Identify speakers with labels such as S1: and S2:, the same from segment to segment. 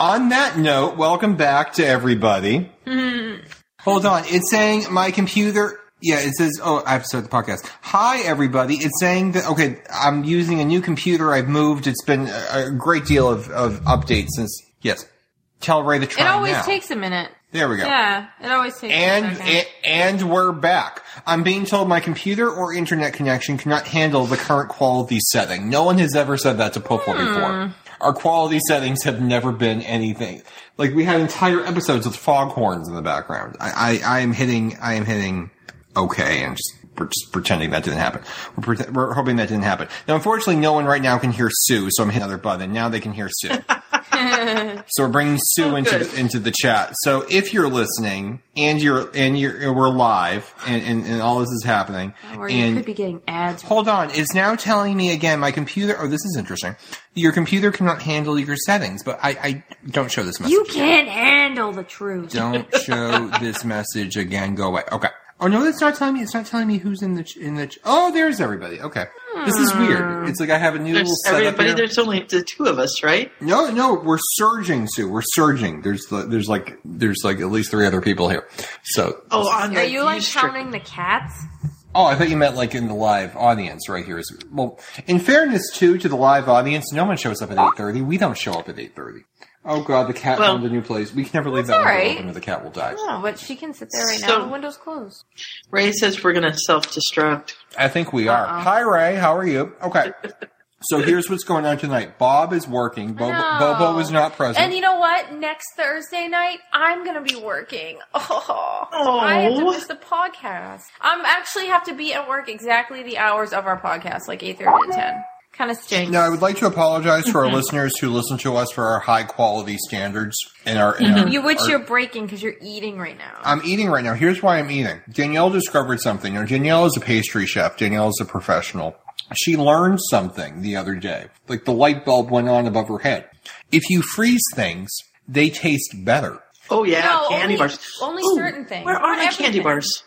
S1: On that note, welcome back to everybody.
S2: Mm-hmm.
S1: Hold on. It's saying my computer. Yeah, it says, oh, I have to start the podcast. Hi, everybody. It's saying that, okay, I'm using a new computer. I've moved. It's been a a great deal of, of updates since, yes. Tell Ray to try
S2: It always
S1: now.
S2: takes a minute.
S1: There we go.
S2: Yeah, it always takes a
S1: And
S2: second.
S1: a- and we're back. I'm being told my computer or internet connection cannot handle the current quality setting. No one has ever said that to Poplar before. Our quality settings have never been anything like we had entire episodes with foghorns in the background. I, I, I am hitting I am hitting okay and just we're just pretending that didn't happen. We're, pre- we're hoping that didn't happen. Now, unfortunately, no one right now can hear Sue, so I'm hitting another button. Now they can hear Sue. So we're bringing
S3: Oh,
S1: Sue into the, into the chat. So if you're listening and you're and you're and we're live and, and, and all this is happening
S2: or you
S1: and
S2: could be getting ads.
S1: hold on, it's now telling me again my computer. Oh, this is interesting. Your computer cannot handle your settings, but I, I don't show this message.
S2: You can't handle the truth.
S1: don't show this message again. Go away. Okay. Oh no, it's not telling me. It's not telling me who's in the ch- in the. Ch- oh, there's everybody. Okay, this is
S2: Hmm.
S1: weird. It's like I have a new little
S3: There's
S1: setup
S3: everybody.
S1: here.
S3: There's only the two of us, right?
S1: No, no, we're surging, Sue. We're surging. There's the, there's like there's like at least three other people here. So, oh,
S3: Oh, on the
S2: Are you like
S3: Ustream.
S2: counting the cats?
S1: I thought you meant like in the live audience right here. Is well, in fairness too to the live audience, no one shows up at eight thirty. We don't show up at eight thirty. Oh God, the cat
S3: Well-
S1: found a new place. We can never leave that
S2: all
S1: window
S2: right.
S1: open, or the cat will die.
S2: No, but she can sit there right
S3: So-
S2: now. The window's closed.
S3: Ray says we're going to self-destruct.
S1: I think we are.
S2: Uh-uh.
S1: Hi Ray, how are you? Okay. So here's what's going on tonight. Bob is working. Bobo,
S2: No.
S1: Bobo is not present.
S2: And you know what? Next Thursday night, I'm gonna be working. Oh,
S3: Oh.
S2: I have to miss the podcast. I'm actually have to be at work exactly the hours of our podcast, like eight thirty to ten. Kind of stinks.
S1: Now, I would like to apologize for our listeners who listen to us for our high quality standards and our. And our
S2: you which
S1: our-
S2: you're breaking because you're eating right now.
S1: I'm eating right now. Here's why I'm eating. Danielle discovered something. Now, Danielle is a pastry chef. Danielle is a professional. She learned something the other day. Like the light bulb went on above her head. If you freeze things, they taste better.
S3: Oh yeah,
S2: No,
S3: candy
S2: only-
S3: bars.
S2: only
S3: Ooh,
S2: certain things.
S3: Where
S2: Not
S3: are my candy
S2: everything.
S3: bars?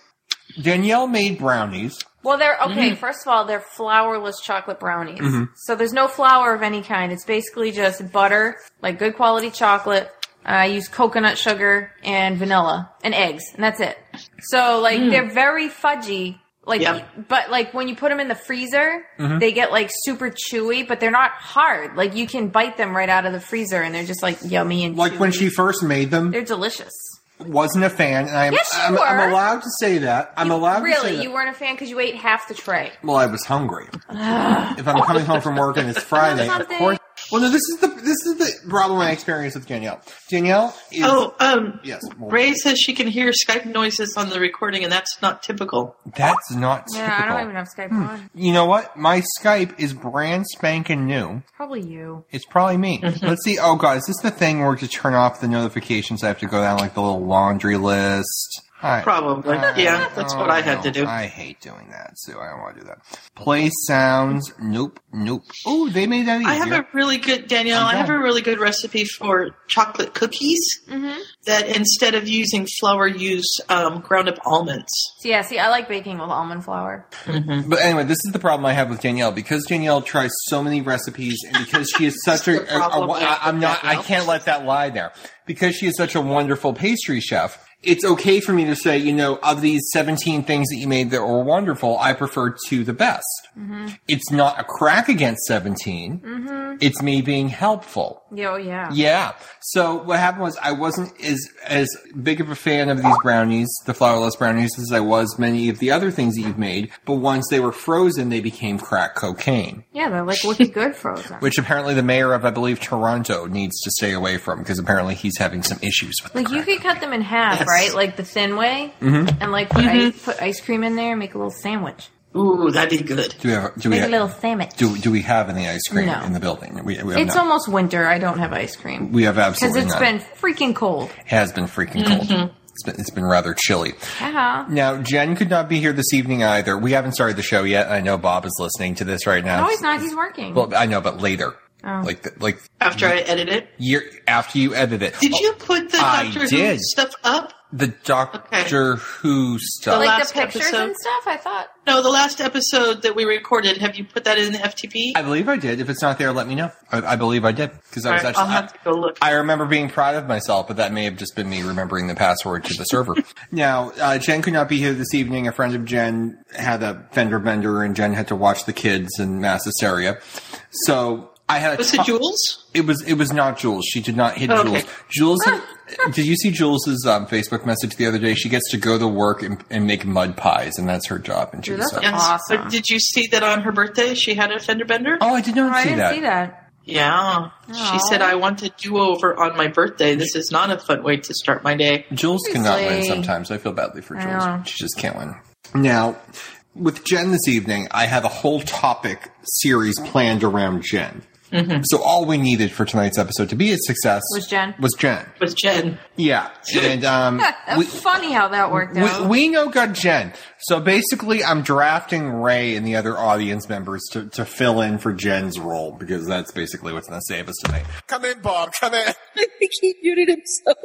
S1: Danielle made brownies.
S2: well, they're okay. First of all, they're flourless chocolate brownies,
S1: Mm-hmm.
S2: so there's no flour of any kind. It's basically just butter, like good quality chocolate. I use coconut sugar and vanilla and eggs, and that's it. So like
S1: Mm.
S2: they're very fudgy. Like,
S3: Yep.
S2: but like when you put them in the freezer,
S1: Mm-hmm.
S2: they get like super chewy, but they're not hard. Like you can bite them right out of the freezer, and they're just like yummy and
S1: Like when
S2: chewy.
S1: she first made them,
S2: they're delicious.
S1: wasn't a fan. And I'm,
S2: Yes, you
S1: I'm, I'm
S2: were.
S1: allowed to say that. I'm allowed to say
S2: Really,
S1: that.
S2: you weren't a fan because you ate half the tray.
S1: Well, I was hungry. if I'm coming home from work and it's Friday, of
S2: something.
S1: course. Well, no, this is the this is the problem I experienced with Danielle. Danielle is
S3: Oh, um,
S1: yes. well,
S3: Ray says she can hear Skype noises on the recording, and that's not typical.
S1: that's not typical.
S2: Yeah, I don't even have Skype
S1: Hmm.
S2: on.
S1: you know what? My Skype is brand spanking new.
S2: Probably you.
S1: It's probably me.
S3: Mm-hmm.
S1: Let's see. Oh god, is this the thing where to turn off the notifications? I have to go down like the little laundry list. I,
S3: Probably. yeah, that's what I had to do.
S1: I hate doing that, Sue. I don't want to do that. Play sounds. Nope. Nope. Oh, they made that easier.
S3: I have a really good Danielle. I have a really good recipe for chocolate cookies
S2: Mm-hmm.
S3: that instead of using flour, use um, ground up almonds.
S2: So yeah, see, I like baking with almond flour.
S3: Mm-hmm.
S1: But anyway, this is the problem I have with Danielle because Danielle tries so many recipes, and because she is such a,
S3: the problem
S1: a- a- I- I'm not I
S3: Danielle.
S1: can't let that lie there because she is such a wonderful pastry chef. It's okay for me to say, you know, of these 17 things that you made that were wonderful, I prefer two the best.
S3: Mm-hmm.
S1: It's not a crack against 17. It's me being helpful.
S2: Yeah, Oh yeah.
S1: Yeah. So what happened was I wasn't as as big of a fan of these brownies, the flourless brownies, as I was many of the other things that you've made. But once they were frozen, they became crack cocaine,
S2: Yeah, they're like wicked good frozen.
S1: which apparently the mayor of, I believe, Toronto needs to stay away from because apparently he's having some issues with.
S2: like you could cut them in half,
S3: Yes.
S2: right? Like the thin way, mm-hmm. and like put, ice, put ice cream in there and make a little sandwich.
S3: Ooh, that'd be good.
S1: Do we have? Do we
S2: Make a little
S1: have,
S2: sandwich.
S1: do, do we have any ice cream
S2: No.
S1: in the building? We, we have
S2: it's
S1: not.
S2: almost winter. I don't have ice cream
S1: we have
S2: because
S1: absolutely
S2: it's
S1: none.
S2: been Mm-hmm. freaking cold.
S1: has been freaking cold. It's been, it's been rather chilly.
S2: Yeah.
S1: Now, Jen could not be here this evening either. We haven't started the show yet. I know Bob is listening to this right now.
S2: No, he's not. He's working.
S1: Well, I know, but later, like the, like
S3: After I edit it,
S1: year after you edit it.
S3: did
S1: Oh,
S3: you put the
S1: I
S3: Doctor Who
S1: did.
S3: stuff up?
S1: the Doctor Who
S2: But,
S1: stuff.
S3: The
S2: like the
S3: last
S2: pictures and
S3: episode.
S2: stuff. I thought.
S3: No, the last episode that we recorded, have you put that in the FTP?
S1: I believe I did. If it's not there, let me know. I, I believe I did because I was
S3: Alright,
S1: actually.
S3: I'll
S1: I-
S3: have to go look.
S1: I remember being proud of myself, but that may have just been me remembering the password to the server. now, uh, Jen could not be here this evening. A friend of Jen had a fender bender, and Jen had to watch the kids in mass hysteria. So I had a
S3: Was it
S1: tough-
S3: Jules?
S1: It was it was not Jules. She did not hit
S3: Okay.
S1: Jules. Jules,
S2: Ah.
S1: had- did you see Jules's um, Facebook message the other day? She gets to go to work and, and make mud pies, and that's her job. And she
S2: Dude,
S1: was
S2: that's
S1: like,
S3: Yes.
S2: Awesome.
S3: But did you see that on her birthday she had a fender bender?
S1: "Oh, I did not
S2: Oh, I
S1: see,
S2: didn't
S1: that.
S2: see that.
S3: Yeah.
S2: Aw.
S3: She said, I want a do over on my birthday. This is not a fun way to start my day.
S1: Jules cannot win
S2: Seriously.
S1: sometimes. I feel badly for
S2: I
S1: Jules.
S2: know.
S1: She just can't win. Now, with Jen this evening, I had a whole topic series planned around Jen. So all we needed for tonight's episode to be a success
S2: Mm-hmm. Was Jen.
S1: Was Jen?
S3: With Jen.
S1: Yeah, and um,
S2: That's
S1: we,
S2: funny how that worked
S1: we
S2: out.
S1: we know got Jen. So basically, I'm drafting Ray and the other audience members to, to fill in for Jen's role because that's basically what's going to save us tonight. Come in, Bob. Come in.
S4: I think he muted himself.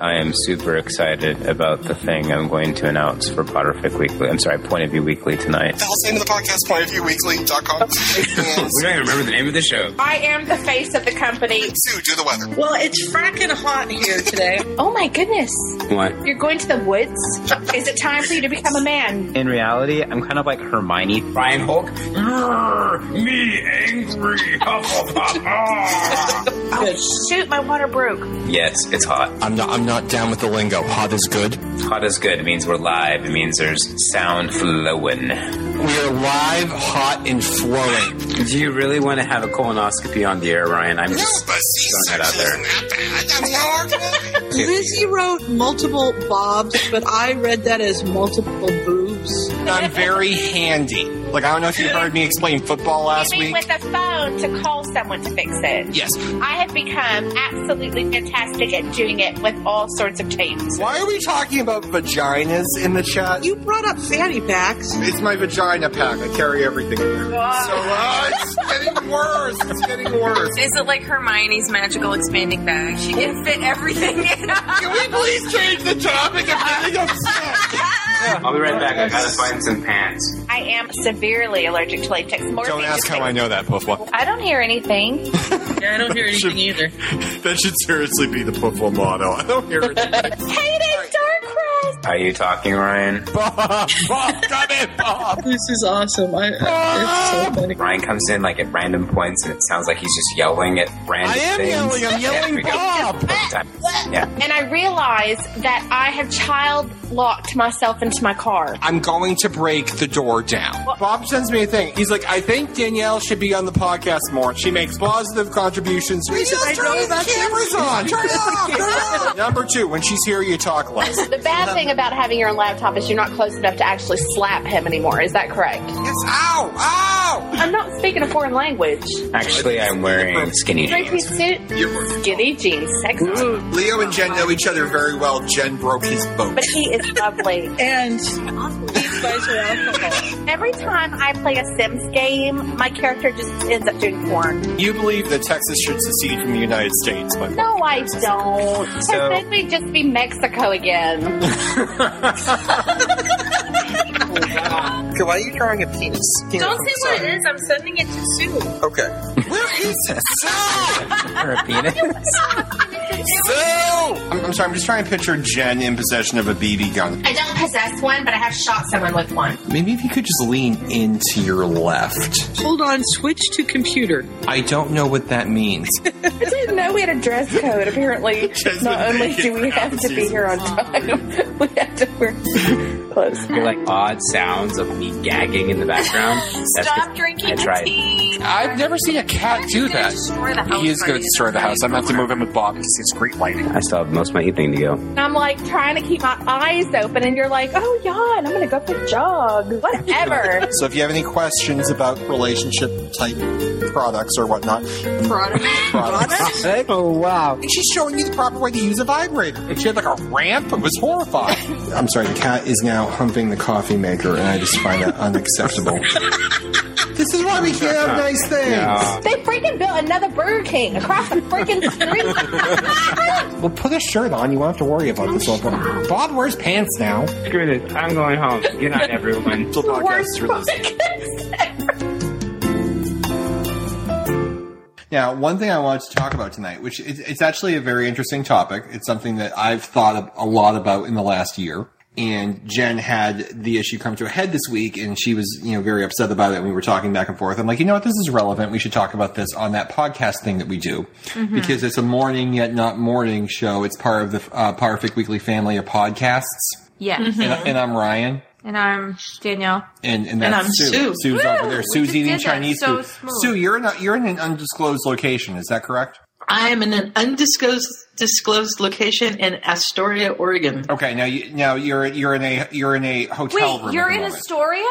S5: I am super excited about the thing I'm going to announce for Potterfic Weekly. I'm sorry, Point of View Weekly tonight.
S6: That's the end of the podcast, pointofviewweekly.com. And
S5: We don't even remember the name of the show.
S7: I am the face of the company.
S6: Sue, do the weather.
S4: Well, it's fracking hot in here today.
S7: Oh my goodness.
S5: What?
S7: You're going to the woods? Is it time for you to become a man?
S5: In reality, I'm kind of like Hermione. Brian Hulk. me angry Hufflepuff.
S7: Oh, shoot, my water broke.
S5: yes, it's hot.
S1: I'm not. I'm not down with the lingo. Hot is good.
S5: Hot is good. It means we're live. It means there's sound
S1: We
S5: flowing.
S1: are live, hot, and flowing.
S5: Do you really want to have a colonoscopy on the air, Ryan? I'm
S6: No,
S5: just
S6: but
S5: throwing it out
S6: C-section
S5: there.
S6: isn't that bad. I mean, how hard can it be?
S4: Lizzie wrote multiple bobs, but I read that as multiple boobs.
S1: I'm very handy. Like I don't know if you heard me explain football last
S7: You mean
S1: week.
S7: with a phone to call someone to fix it.
S1: Yes.
S7: I have become absolutely fantastic at doing it with all sorts of tapes.
S1: Why are we talking about vaginas in the chat?
S4: You brought up fanny packs.
S1: It's my vagina pack. I carry everything in there. So uh, it's getting worse. It's getting worse.
S2: Is it like Hermione's magical expanding bag? She can fit everything in.
S1: Can we please change the topic? I'm getting upset.
S5: I'll be right back. I gotta find some pants.
S7: I am severely allergic to latex. Morphine
S1: Don't ask
S7: just
S1: how I
S7: makes-
S1: know that, Puffwa.
S7: I don't hear anything.
S4: Yeah, I don't hear anything either.
S1: That should seriously be the Puffwa motto. I don't hear it.
S7: Hades Darkrai!
S5: Are you talking, Ryan?
S1: Bob, Bob, come in, Bob.
S4: This is awesome. I, I,
S1: Ah.
S4: it's so funny.
S5: Ryan comes in like at random points, and it sounds like he's just yelling at random
S1: I am
S5: things.
S1: yelling. I'm
S5: Yeah,
S1: yelling,
S5: we go
S1: Bob.
S5: all the time. Yeah.
S7: And I realize that I have child locked myself into my car.
S1: I'm going to break the door down. Bob sends me a thing. He's like, I think Danielle should be on the podcast more. She makes positive contributions. He says, I know that camera's on. Turn it off. Turn it off. Number two, when she's here, you talk less.
S7: The bad thing about having your own laptop is you're not close enough to actually slap him anymore. Is that correct?
S1: Yes. Ow. Ow.
S7: I'm not speaking a foreign language.
S5: Actually, I'm wearing skinny
S7: Three
S5: jeans.
S7: piece suit, skinny jeans, sexy.
S1: Leo and Jen know each other very well. Jen broke his boat.
S7: But he is lovely.
S4: And these guys are alcohol.
S7: Every time I play a Sims game, my character just ends up doing porn.
S1: You believe that Texas should secede from the United States, but
S7: No, I don't.
S5: So-
S7: So, then we'd just be Mexico again.
S6: Why are you drawing a penis?
S2: Don't say what it is. I'm sending it to Sue.
S6: Okay.
S1: where is it?
S5: Or a penis.
S1: I'm, I'm sorry. I'm just trying to picture Jen in possession of a BB gun.
S7: I don't possess one, but I have shot someone with one.
S1: Maybe if you could just lean into your left.
S4: Hold on, switch to computer.
S1: I don't know what that means.
S7: I didn't know we had a dress code. Apparently,
S1: Jasmine
S7: not only
S1: naked
S7: do we
S1: for
S7: have to be
S1: half-season.
S7: here on time, we have to wear clothes.
S5: You're like odd sounds of me gagging in the background. That's
S2: Stop
S5: 'cause
S2: drinking
S5: I tried.
S2: tea.
S1: I've never seen a cat do that.
S2: Destroy the house
S1: He is going
S2: by
S1: to destroy the house. I'm going to have to move in with Bob because it's great lighting.
S5: I still have most of my evening to go.
S7: And I'm like trying to keep my eyes open, and you're like, oh, yawn, I'm gonna go for a jog. Whatever.
S1: So if you have any questions about relationship type products or whatnot,
S2: Product.
S1: products.
S5: Oh wow!
S1: And she's showing you the proper way to use a vibrator. And she had like a ramp. It was horrifying. I'm sorry, the cat is now humping the coffee maker, and I just find that unacceptable. This is why we can't have nice things.
S5: Yeah.
S7: They freaking built another Burger King across the freaking street.
S1: Well, put a shirt on. You won't have to worry about this whole problem. Bob wears pants now.
S5: Screw this. I'm going home. Good night, everyone.
S6: Till podcast released.
S1: Now, one thing I wanted to talk about tonight, which is, it's actually a very interesting topic. It's something that I've thought of a lot about in the last year. And Jen had the issue come to a head this week, and she was, you know, very upset about it. And we were talking back and forth. I'm like, you know what? This is relevant. We should talk about this on that podcast thing that we do
S2: Mm-hmm.
S1: because it's a morning yet not morning show. It's part of the uh, Perfect Weekly family of podcasts.
S2: Yeah.
S1: And, and I'm Ryan.
S2: And I'm Danielle.
S1: And and that's
S3: I'm
S1: Sue.
S3: Sue.
S1: Sue's over
S2: Woo!
S1: there.
S2: We
S1: Sue's
S2: just
S1: eating
S2: did that
S1: Chinese
S2: so
S1: food.
S2: smooth.
S1: Sue, you're not you're in an undisclosed location. Is that correct?
S3: I am in an undisclosed disclosed location in Astoria, Oregon.
S1: Okay, now you now you're you're in a you're in a hotel room.
S2: Wait,
S1: at
S2: you're
S1: the
S2: in
S1: moment.
S2: Astoria?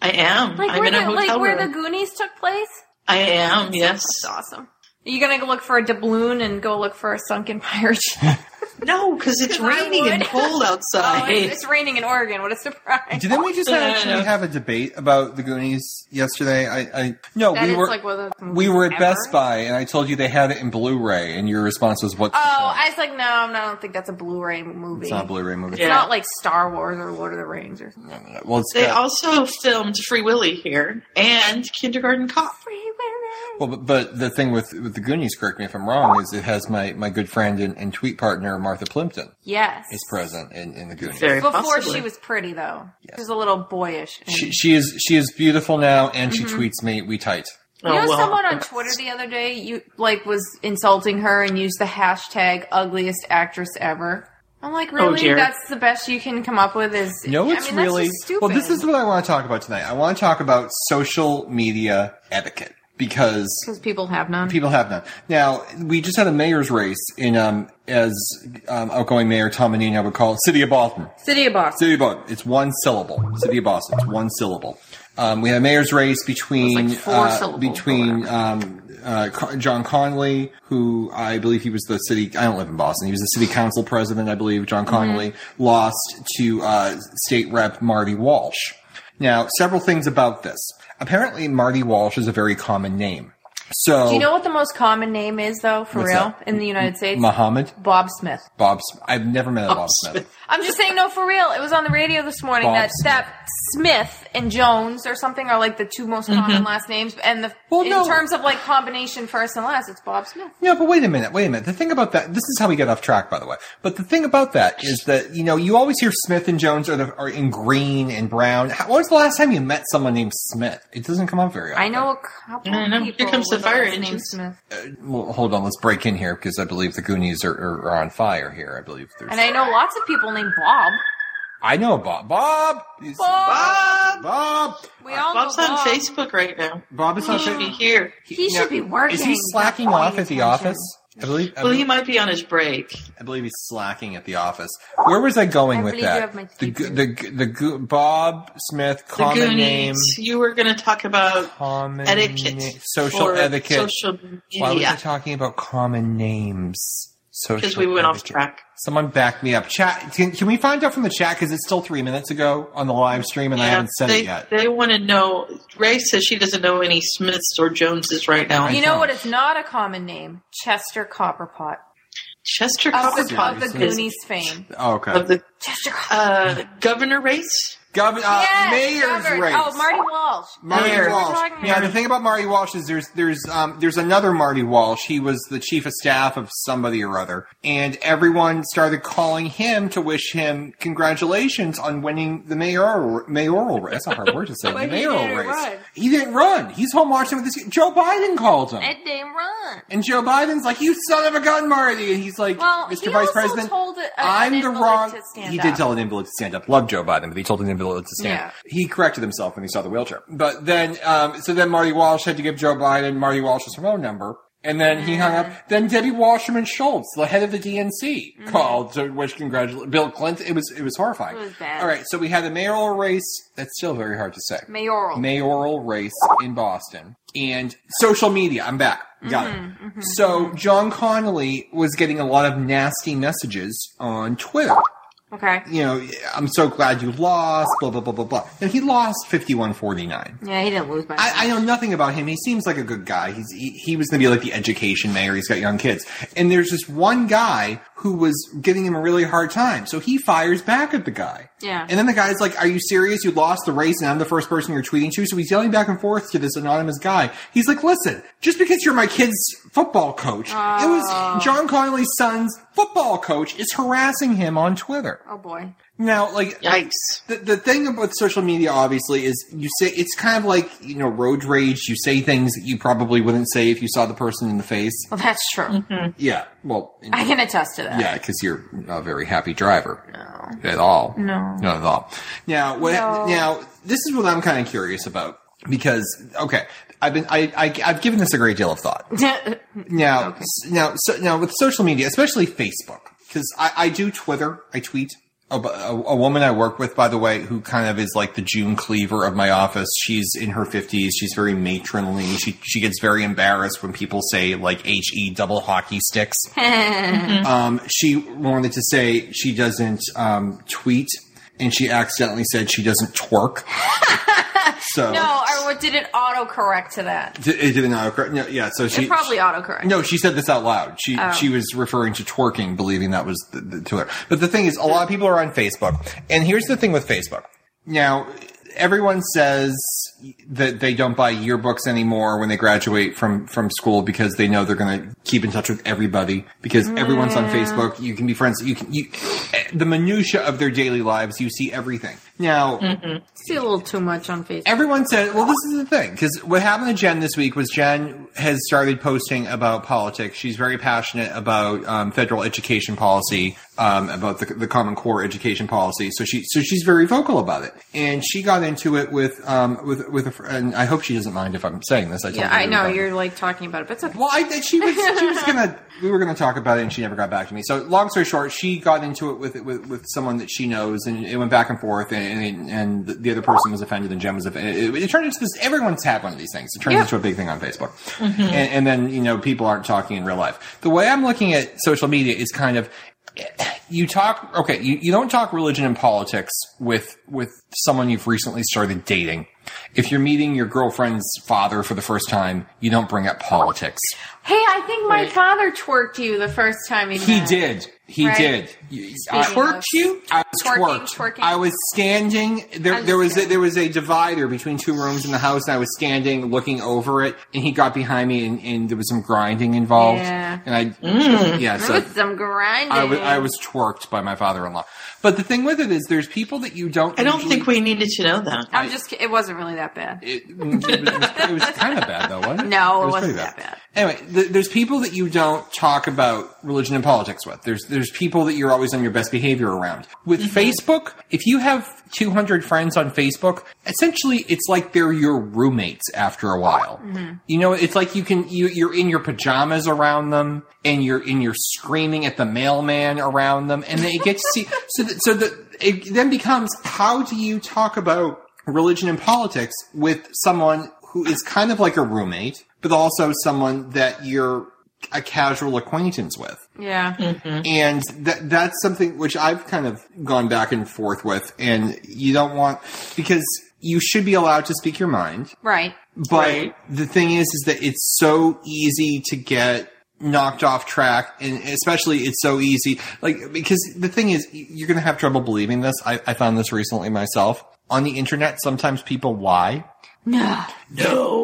S3: I am.
S2: Like
S3: I'm
S2: where
S3: in a
S2: the like
S3: hotel
S2: where the
S3: room.
S2: Goonies took place?
S3: I am. Yes.
S2: That's awesome. Are you gonna go look for a doubloon and go look for a sunken pirate ship?
S3: No, because it's
S2: 'Cause I
S3: raining and
S2: would.
S3: cold
S2: oh,
S3: outside.
S2: it's, it's raining in Oregon. What a surprise!
S1: Didn't we just
S3: Yeah, I
S1: actually
S3: know.
S1: have a debate about the Goonies yesterday? I, I no,
S2: That
S1: we
S2: is
S1: were
S2: like one of the
S1: we were at
S2: ever.
S1: Best Buy, and I told you they had it in Blu-ray, and your response was what?
S2: Oh, I was like, no, I'm not- I don't think that's a Blu-ray movie.
S1: it's not a Blu-ray movie.
S2: It's
S3: Yeah.
S2: not like Star Wars or Lord of the Rings or something.
S1: Well, it's
S3: They
S1: got-
S3: also filmed Free Willy here and Kindergarten Cop.
S1: Well, but, but the thing with with the Goonies, correct me if I'm wrong, is it has my my good friend and, and tweet partner Martha Plimpton
S2: Yes,
S1: is present in, in the Goonies.
S3: Very
S2: Before
S3: possibly.
S2: she was pretty though, she was a little boyish. and-
S1: She, she is she is beautiful now, and
S2: Mm-hmm.
S1: she tweets me we tight.
S2: You know,
S3: Oh, well.
S2: someone on Twitter the other day, you like was insulting her and used the hashtag "ugliest actress ever." I'm like, really?
S3: dear.
S2: that's the best you can come up with? Is
S1: No, it's
S2: I mean,
S1: really
S2: that's just stupid.
S1: well. This is what I want to talk about tonight. I want to talk about social media etiquette because
S2: because people have none.
S1: people have none. Now we just had a mayor's race in um as um, outgoing mayor Tom Menino would call it, city of Boston.
S2: City of Boston.
S1: City of Boston. It's one syllable. City of Boston. It's one syllable. Um, we had a mayor's race between
S2: It's like four
S1: uh,
S2: syllables
S1: between um, uh, Con- John Conley, who I believe he was the city. I don't live in Boston. He was the city council president, I believe. John
S2: Mm-hmm.
S1: Conley lost to uh, state rep Marty Walsh. Now, several things about this. Apparently, Marty Walsh is a very common name. So,
S2: Do you know what the most common name is though, for
S1: What's
S2: real,
S1: that?
S2: in the United States?
S1: Muhammad
S2: Bob Smith.
S1: Bob. Smith. I've never met a Bob Smith.
S2: I'm just saying, no, for real. It was on the radio this morning
S1: Bob
S2: that that Smith and Jones or something are like the two most common last names, and the
S1: Mm-hmm. Well, no.
S2: in terms of like combination first and last, it's Bob Smith.
S1: No, but wait a minute, wait a minute. The thing about that, this is how we get off track, by the way. But the thing about that is that, you know, you always hear Smith and Jones are, the, are in green and brown. How, when was the last time you met someone named Smith? It doesn't come up very often.
S2: I know a couple
S3: I know.
S2: of
S3: Here
S2: people.
S3: comes the
S2: with
S3: fire
S2: last name
S3: engines.
S2: Smith.
S1: Well, hold on, let's break in here because I believe the Goonies are, are, are on fire here. I believe there's.
S2: And I know lots of people named Bob.
S1: I know Bob. Bob! Is-
S2: Bob.
S3: Bob!
S1: Bob!
S2: We all
S3: Bob's
S2: know
S3: on
S2: Bob.
S3: Facebook right now.
S1: Bob is
S3: He
S1: not
S3: should be
S1: he,
S3: here.
S2: He should be working.
S1: Is he slacking
S2: Not
S1: off
S2: paying
S1: at the
S2: attention.
S1: office? I believe, I,
S3: Well, he
S1: believe,
S3: might be on his break.
S1: I believe he's slacking at the office. Where was I going
S2: I
S1: with
S2: believe
S1: that?
S2: you have my
S1: the,
S2: teeth.
S1: Go- the, Go- the, Go- Bob Smith
S3: The
S1: common
S3: Goonies.
S1: name
S3: You were going to talk about
S1: common
S3: etiquette.
S1: na- social
S3: for
S1: etiquette.
S3: Social
S1: Why was I
S3: media.
S1: talking about common names? Social
S3: Because we went off
S1: etiquette.
S3: track.
S1: Someone back me up. Chat. Can, can we find out from the chat? Because it's still three minutes ago on the live stream, and I haven't said
S3: they,
S1: it yet.
S3: They want to know. Ray says she doesn't know any Smiths or Joneses right now.
S2: You know what is not a common name? Chester Copperpot.
S3: Chester
S2: Of the,
S3: Copperpot
S2: of the
S3: is-
S2: Goonies fame.
S1: oh, okay.
S3: of the
S2: Chester Copperpot.
S3: uh, governor race.
S1: Gov- uh, mayor's
S2: Robert.
S1: race.
S2: Oh, Marty Walsh.
S1: Marty
S3: Mayor.
S1: Walsh.
S2: We're talking
S1: Yeah,
S2: about-
S1: the thing about Marty Walsh is there's there's um, there's another Marty Walsh. He was the chief of staff of somebody or other, and everyone started calling him to wish him congratulations on winning the mayoral mayoral race. That's a hard word to say. the
S2: But he
S1: mayoral
S2: didn't
S1: race.
S2: run.
S1: He didn't run. He's home watching with this. Joe Biden called him,
S2: Ed Dame Run.
S1: and Joe Biden's like, "You son of a gun, Marty!" And he's like,
S2: Well,
S1: "Mr.
S2: he
S1: Vice
S2: also
S1: President."
S2: told a,
S1: I'm
S2: uh, an
S1: the
S2: invalid
S1: wrong.
S2: To stand
S1: He
S2: up.
S1: did tell an invalid to stand up. Love Joe Biden, but he told an invalid to stand.
S2: Yeah.
S1: up. He corrected himself when he saw the wheelchair. But then, um, so then Marty Walsh had to give Joe Biden Marty Walsh's phone number, and then he hung
S2: Mm.
S1: up. Then Debbie Wasserman Schultz, the head of the DNC, called to wish congratulate Bill Clinton. It was it was horrifying.
S2: Mm-hmm. It was bad.
S1: All right, so we had a mayoral race. That's still very hard to say
S2: Mayoral.
S1: mayoral race in Boston and social media. I'm back. Got it. So John Connolly was getting a lot of nasty messages on Twitter.
S2: Okay.
S1: you know, I'm so glad you lost, blah, blah, blah, blah, blah. Now, he lost 5149.
S2: Yeah, he didn't lose by.
S1: I, I know nothing about him. He seems like a good guy. He's he, he was going to be like the education mayor. He's got young kids, and there's this one guy who was giving him a really hard time. So he fires back at the guy,
S2: yeah.
S1: and then the guy's like, "Are you serious? You lost the race, and I'm the first person you're tweeting to." So he's yelling back and forth to this anonymous guy. He's like, "Listen, just because you're my kid's football coach, it was John Connolly's son's football coach is harassing him on Twitter."
S2: oh boy.
S1: Now, like,
S3: Yikes.
S1: the, the thing about social media obviously is you say it's kind of like you know road rage you say things that you probably wouldn't say if you saw the person in the face
S2: Well, that's true.
S1: yeah well in-
S2: I can attest to that.
S1: yeah because you're not a very happy driver at all
S2: No.
S1: not at all now what
S2: No.
S1: now this is what i'm kind of curious about because okay i've been I, I i've given this a great deal of thought now, s- now, so, now with social media, especially Facebook, because I, I do Twitter, I tweet. A, a, a woman I work with, by the way, who kind of is like the June Cleaver of my office. She's in her fifties. She's very matronly. She she gets very embarrassed when people say like H E double hockey sticks. Um, she wanted to say she doesn't um, tweet, and she accidentally said she doesn't twerk. so
S2: no, or what did it autocorrect to that?
S1: Did- it did not occur. No, yeah, so she
S2: it probably autocorrect.
S1: no, she said this out loud. She she was referring to twerking, believing that was the, the, to her. But the thing is, a lot of people are on Facebook, and here's the thing with Facebook. Now, everyone says that they don't buy yearbooks anymore when they graduate from from school because they know they're going to keep in touch with everybody because everyone's on Facebook. You can be friends. You can you the minutia of their daily lives. You see everything now
S2: see a little too much on Facebook.
S1: everyone said, well, this is the thing. Because what happened to Jen this week was Jen has started posting about politics. She's very passionate about um, federal education policy, um, about the, the Common Core education policy. So she, so she's very vocal about it. And she got into it with, um, with, with a, fr- and I hope she doesn't mind if I'm saying this. I told
S2: yeah,
S1: her
S2: I know
S1: about it.
S2: you're like talking about it, but it's okay.
S1: Well, I, that she was she was gonna we were gonna talk about it, and she never got back to me. So, long story short, she got into it with with, with someone that she knows, and it went back and forth, and and, and the other person was offended, and Jen was offended. It, it turned into this. Everyone's had one of these things. It turns
S2: Yeah.
S1: into a big thing on Facebook, and, and then you know people aren't talking in real life. The way I'm looking at social media is kind of you talk okay you, you don't talk religion and politics with with someone you've recently started dating if you're meeting your girlfriend's father for the first time you don't bring up politics
S2: Hey, I think my father twerked you the first time he
S1: he did he
S2: Right.
S1: did You- I,
S2: Speaking of-
S1: twerked you i was
S2: Twerking,
S1: twerked
S2: twerking.
S1: i was standing there
S2: I'm
S1: there was a,
S2: scared.
S1: there was a divider between two rooms in the house and i was standing looking over it and he got behind me and, and there was some grinding involved
S2: Yeah.
S1: and i yeah so
S2: With some grinding.
S1: I was I was twerked by my father-in-law. But the thing with it is, there's people that you don't.
S3: I don't
S1: usually-
S3: think we needed to know that.
S2: I'm just. kid- It wasn't really that bad.
S1: It, it was, it was kind of bad though, wasn't it?
S2: No, it
S1: pretty
S2: wasn't that bad.
S1: Anyway, th- there's people that you don't talk about religion and politics with. There's there's people that you're always on your best behavior around. With Facebook, if you have 200 friends on Facebook, essentially it's like they're your roommates after a while. You know, it's like you can you you're in your pajamas around them, and you're in your screaming at the mailman around them, and they get to see so that so that it then becomes how do you talk about religion and politics with someone who is kind of like a roommate, but also someone that you're a casual acquaintance with.
S2: Yeah.
S1: Mm. And that that's something which I've kind of gone back and forth with and you don't want because you should be allowed to speak your mind.
S2: Right.
S1: But the thing is is that it's so easy to get knocked off track and especially it's so easy like because the thing is y- you're going to have trouble believing this. I, I found this recently myself. On the internet, sometimes people lie.
S2: No.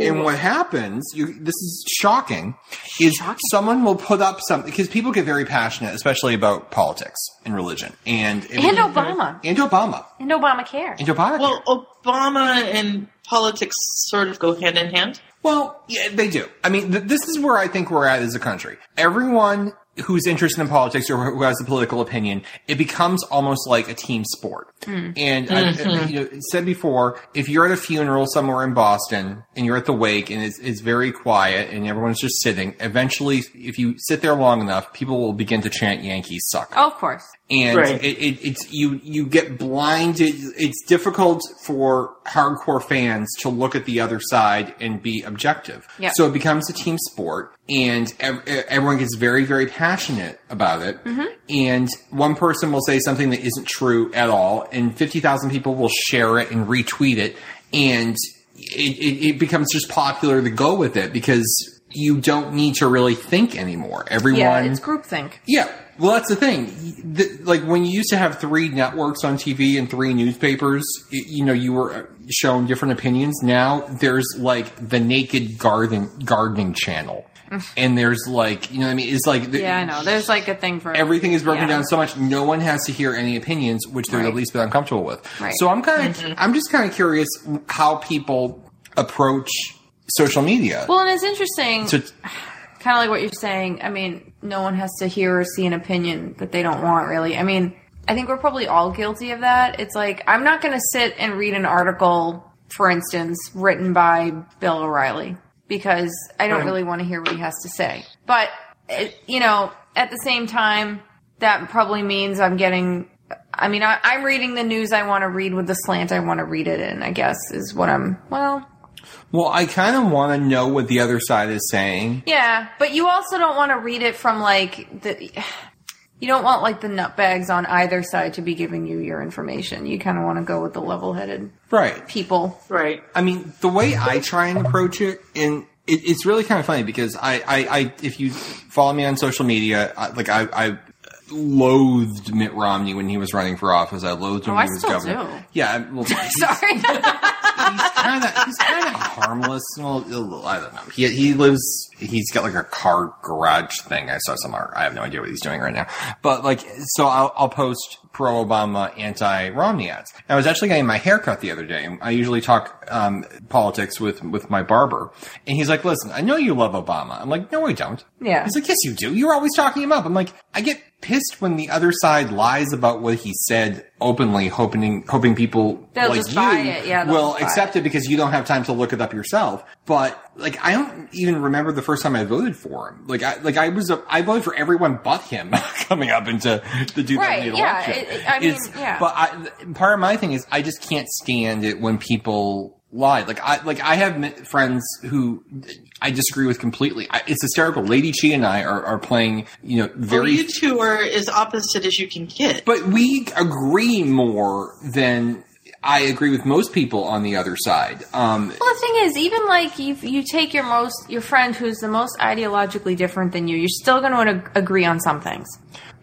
S1: And what happens, you, this is shocking, is someone will put up something, because people get very passionate, especially about politics and religion. And,
S2: And Obama.
S1: And Obama.
S2: And Obamacare.
S1: And Obama.
S3: Well, Obama and politics sort of go hand in hand.
S1: Well, yeah, they do. I mean, th- this is where I think we're at as a country. Everyone who's interested in politics or who has a political opinion, it becomes almost like a team sport. And I, I- you know, said before, if you're at a funeral somewhere in Boston and you're at the wake and it's, it's very quiet and everyone's just sitting, eventually, if you sit there long enough, people will begin to chant Yankees suck.
S2: Oh, of course.
S1: and
S8: Right.
S1: it, it, it's you you get blinded. It's difficult for hardcore fans to look at the other side and be objective.
S2: Yep.
S1: So it becomes a team sport, and ev- e, everyone gets very very passionate about it.
S2: Mm-hmm.
S1: And one person will say something that isn't true at all, and fifty thousand people will share it and retweet it, and it, it, it becomes just popular to go with it because. You don't need to really think anymore. Everyone
S2: Yeah, it's groupthink.
S1: yeah. Well, that's the thing. The, like when you used to have three networks on TV and three newspapers, y you know, you were uh, shown different opinions. Now there's like the naked garden gardening channel, and there's like you know, what I mean, it's like the,
S2: Mm. Yeah, I know. There's like a thing for
S1: everything is broken
S2: Yeah.
S1: down so much no one has to hear any opinions which they're
S2: Right.
S1: at least bit uncomfortable with
S2: Right. Mm-hmm.
S1: so i'm kind of i'm just kind of curious how people approach social media
S2: Well, and it's interesting,
S1: so
S2: kind of like what you're saying. I mean, no one has to hear or see an opinion that they don't want, really. I mean, I think we're probably all guilty of that. It's like, I'm not going to sit and read an article, for instance, written by Bill O'Reilly, because I don't really want to hear what he has to say. But, it, you know, at the same time, that probably means I'm getting. I mean, I, I'm reading the news I want to read with the slant I want to read it in, I guess, is what I'm. Well,
S1: well i kind of want to know what the other side is saying
S2: Yeah, but you also don't want to read it from like the. You don't want like the nutbags on either side to be giving you your information. You kind of want to go with the level-headed
S1: right
S2: people.
S8: Right.
S3: Oh,
S1: I mean, the way I try and approach it, and it, it's really kind of funny because I, I, I, if you follow me on social media, I, like I, I loathed Mitt Romney when he was running for office. I loathed him
S2: Oh,
S1: when
S2: I
S1: he was
S2: still
S1: governor.
S2: do.
S1: Yeah, I- well, he's
S2: Sorry.
S1: kind of he's kind of harmless. Well, I don't know. He he lives. He's got like a car garage thing. I saw somewhere. I have no idea what he's doing right now. But like, so I'll, I'll post pro Obama, anti Romney ads. I was actually getting my haircut the other day. and I usually talk um, politics with with my barber, and he's like, "Listen, I know you love Obama." I'm like, "No, I don't."
S2: Yeah.
S1: He's like, "Yes, you do. You're always talking him up." I'm like, I get pissed when the other side lies about what he said openly, hoping hoping people
S2: They'll
S1: like
S2: just
S1: you
S2: buy it. Yeah, they'll
S1: will
S2: just buy
S1: accept it because you don't have time to look it up yourself. But like, I don't even remember the first time I voted for him. Like, I like I was a, I voted for everyone but him coming up into the 2008
S2: Right, yeah,
S1: election.
S2: it- it- I mean,
S1: It's-
S2: yeah.
S1: But I, part of my thing is I just can't stand it when people lie. Like I like I have met friends who I disagree with completely. I, it's hysterical. Lady Chi and I are, are playing, you know,
S3: Well,
S1: very
S3: Oh, you two are as opposite as you can get.
S1: but we agree more than I agree with most people on the other side. Um,
S2: Well, the thing is, even like you, you take your most your friend who's the most ideologically different than you, you're still going to ag- agree on some things.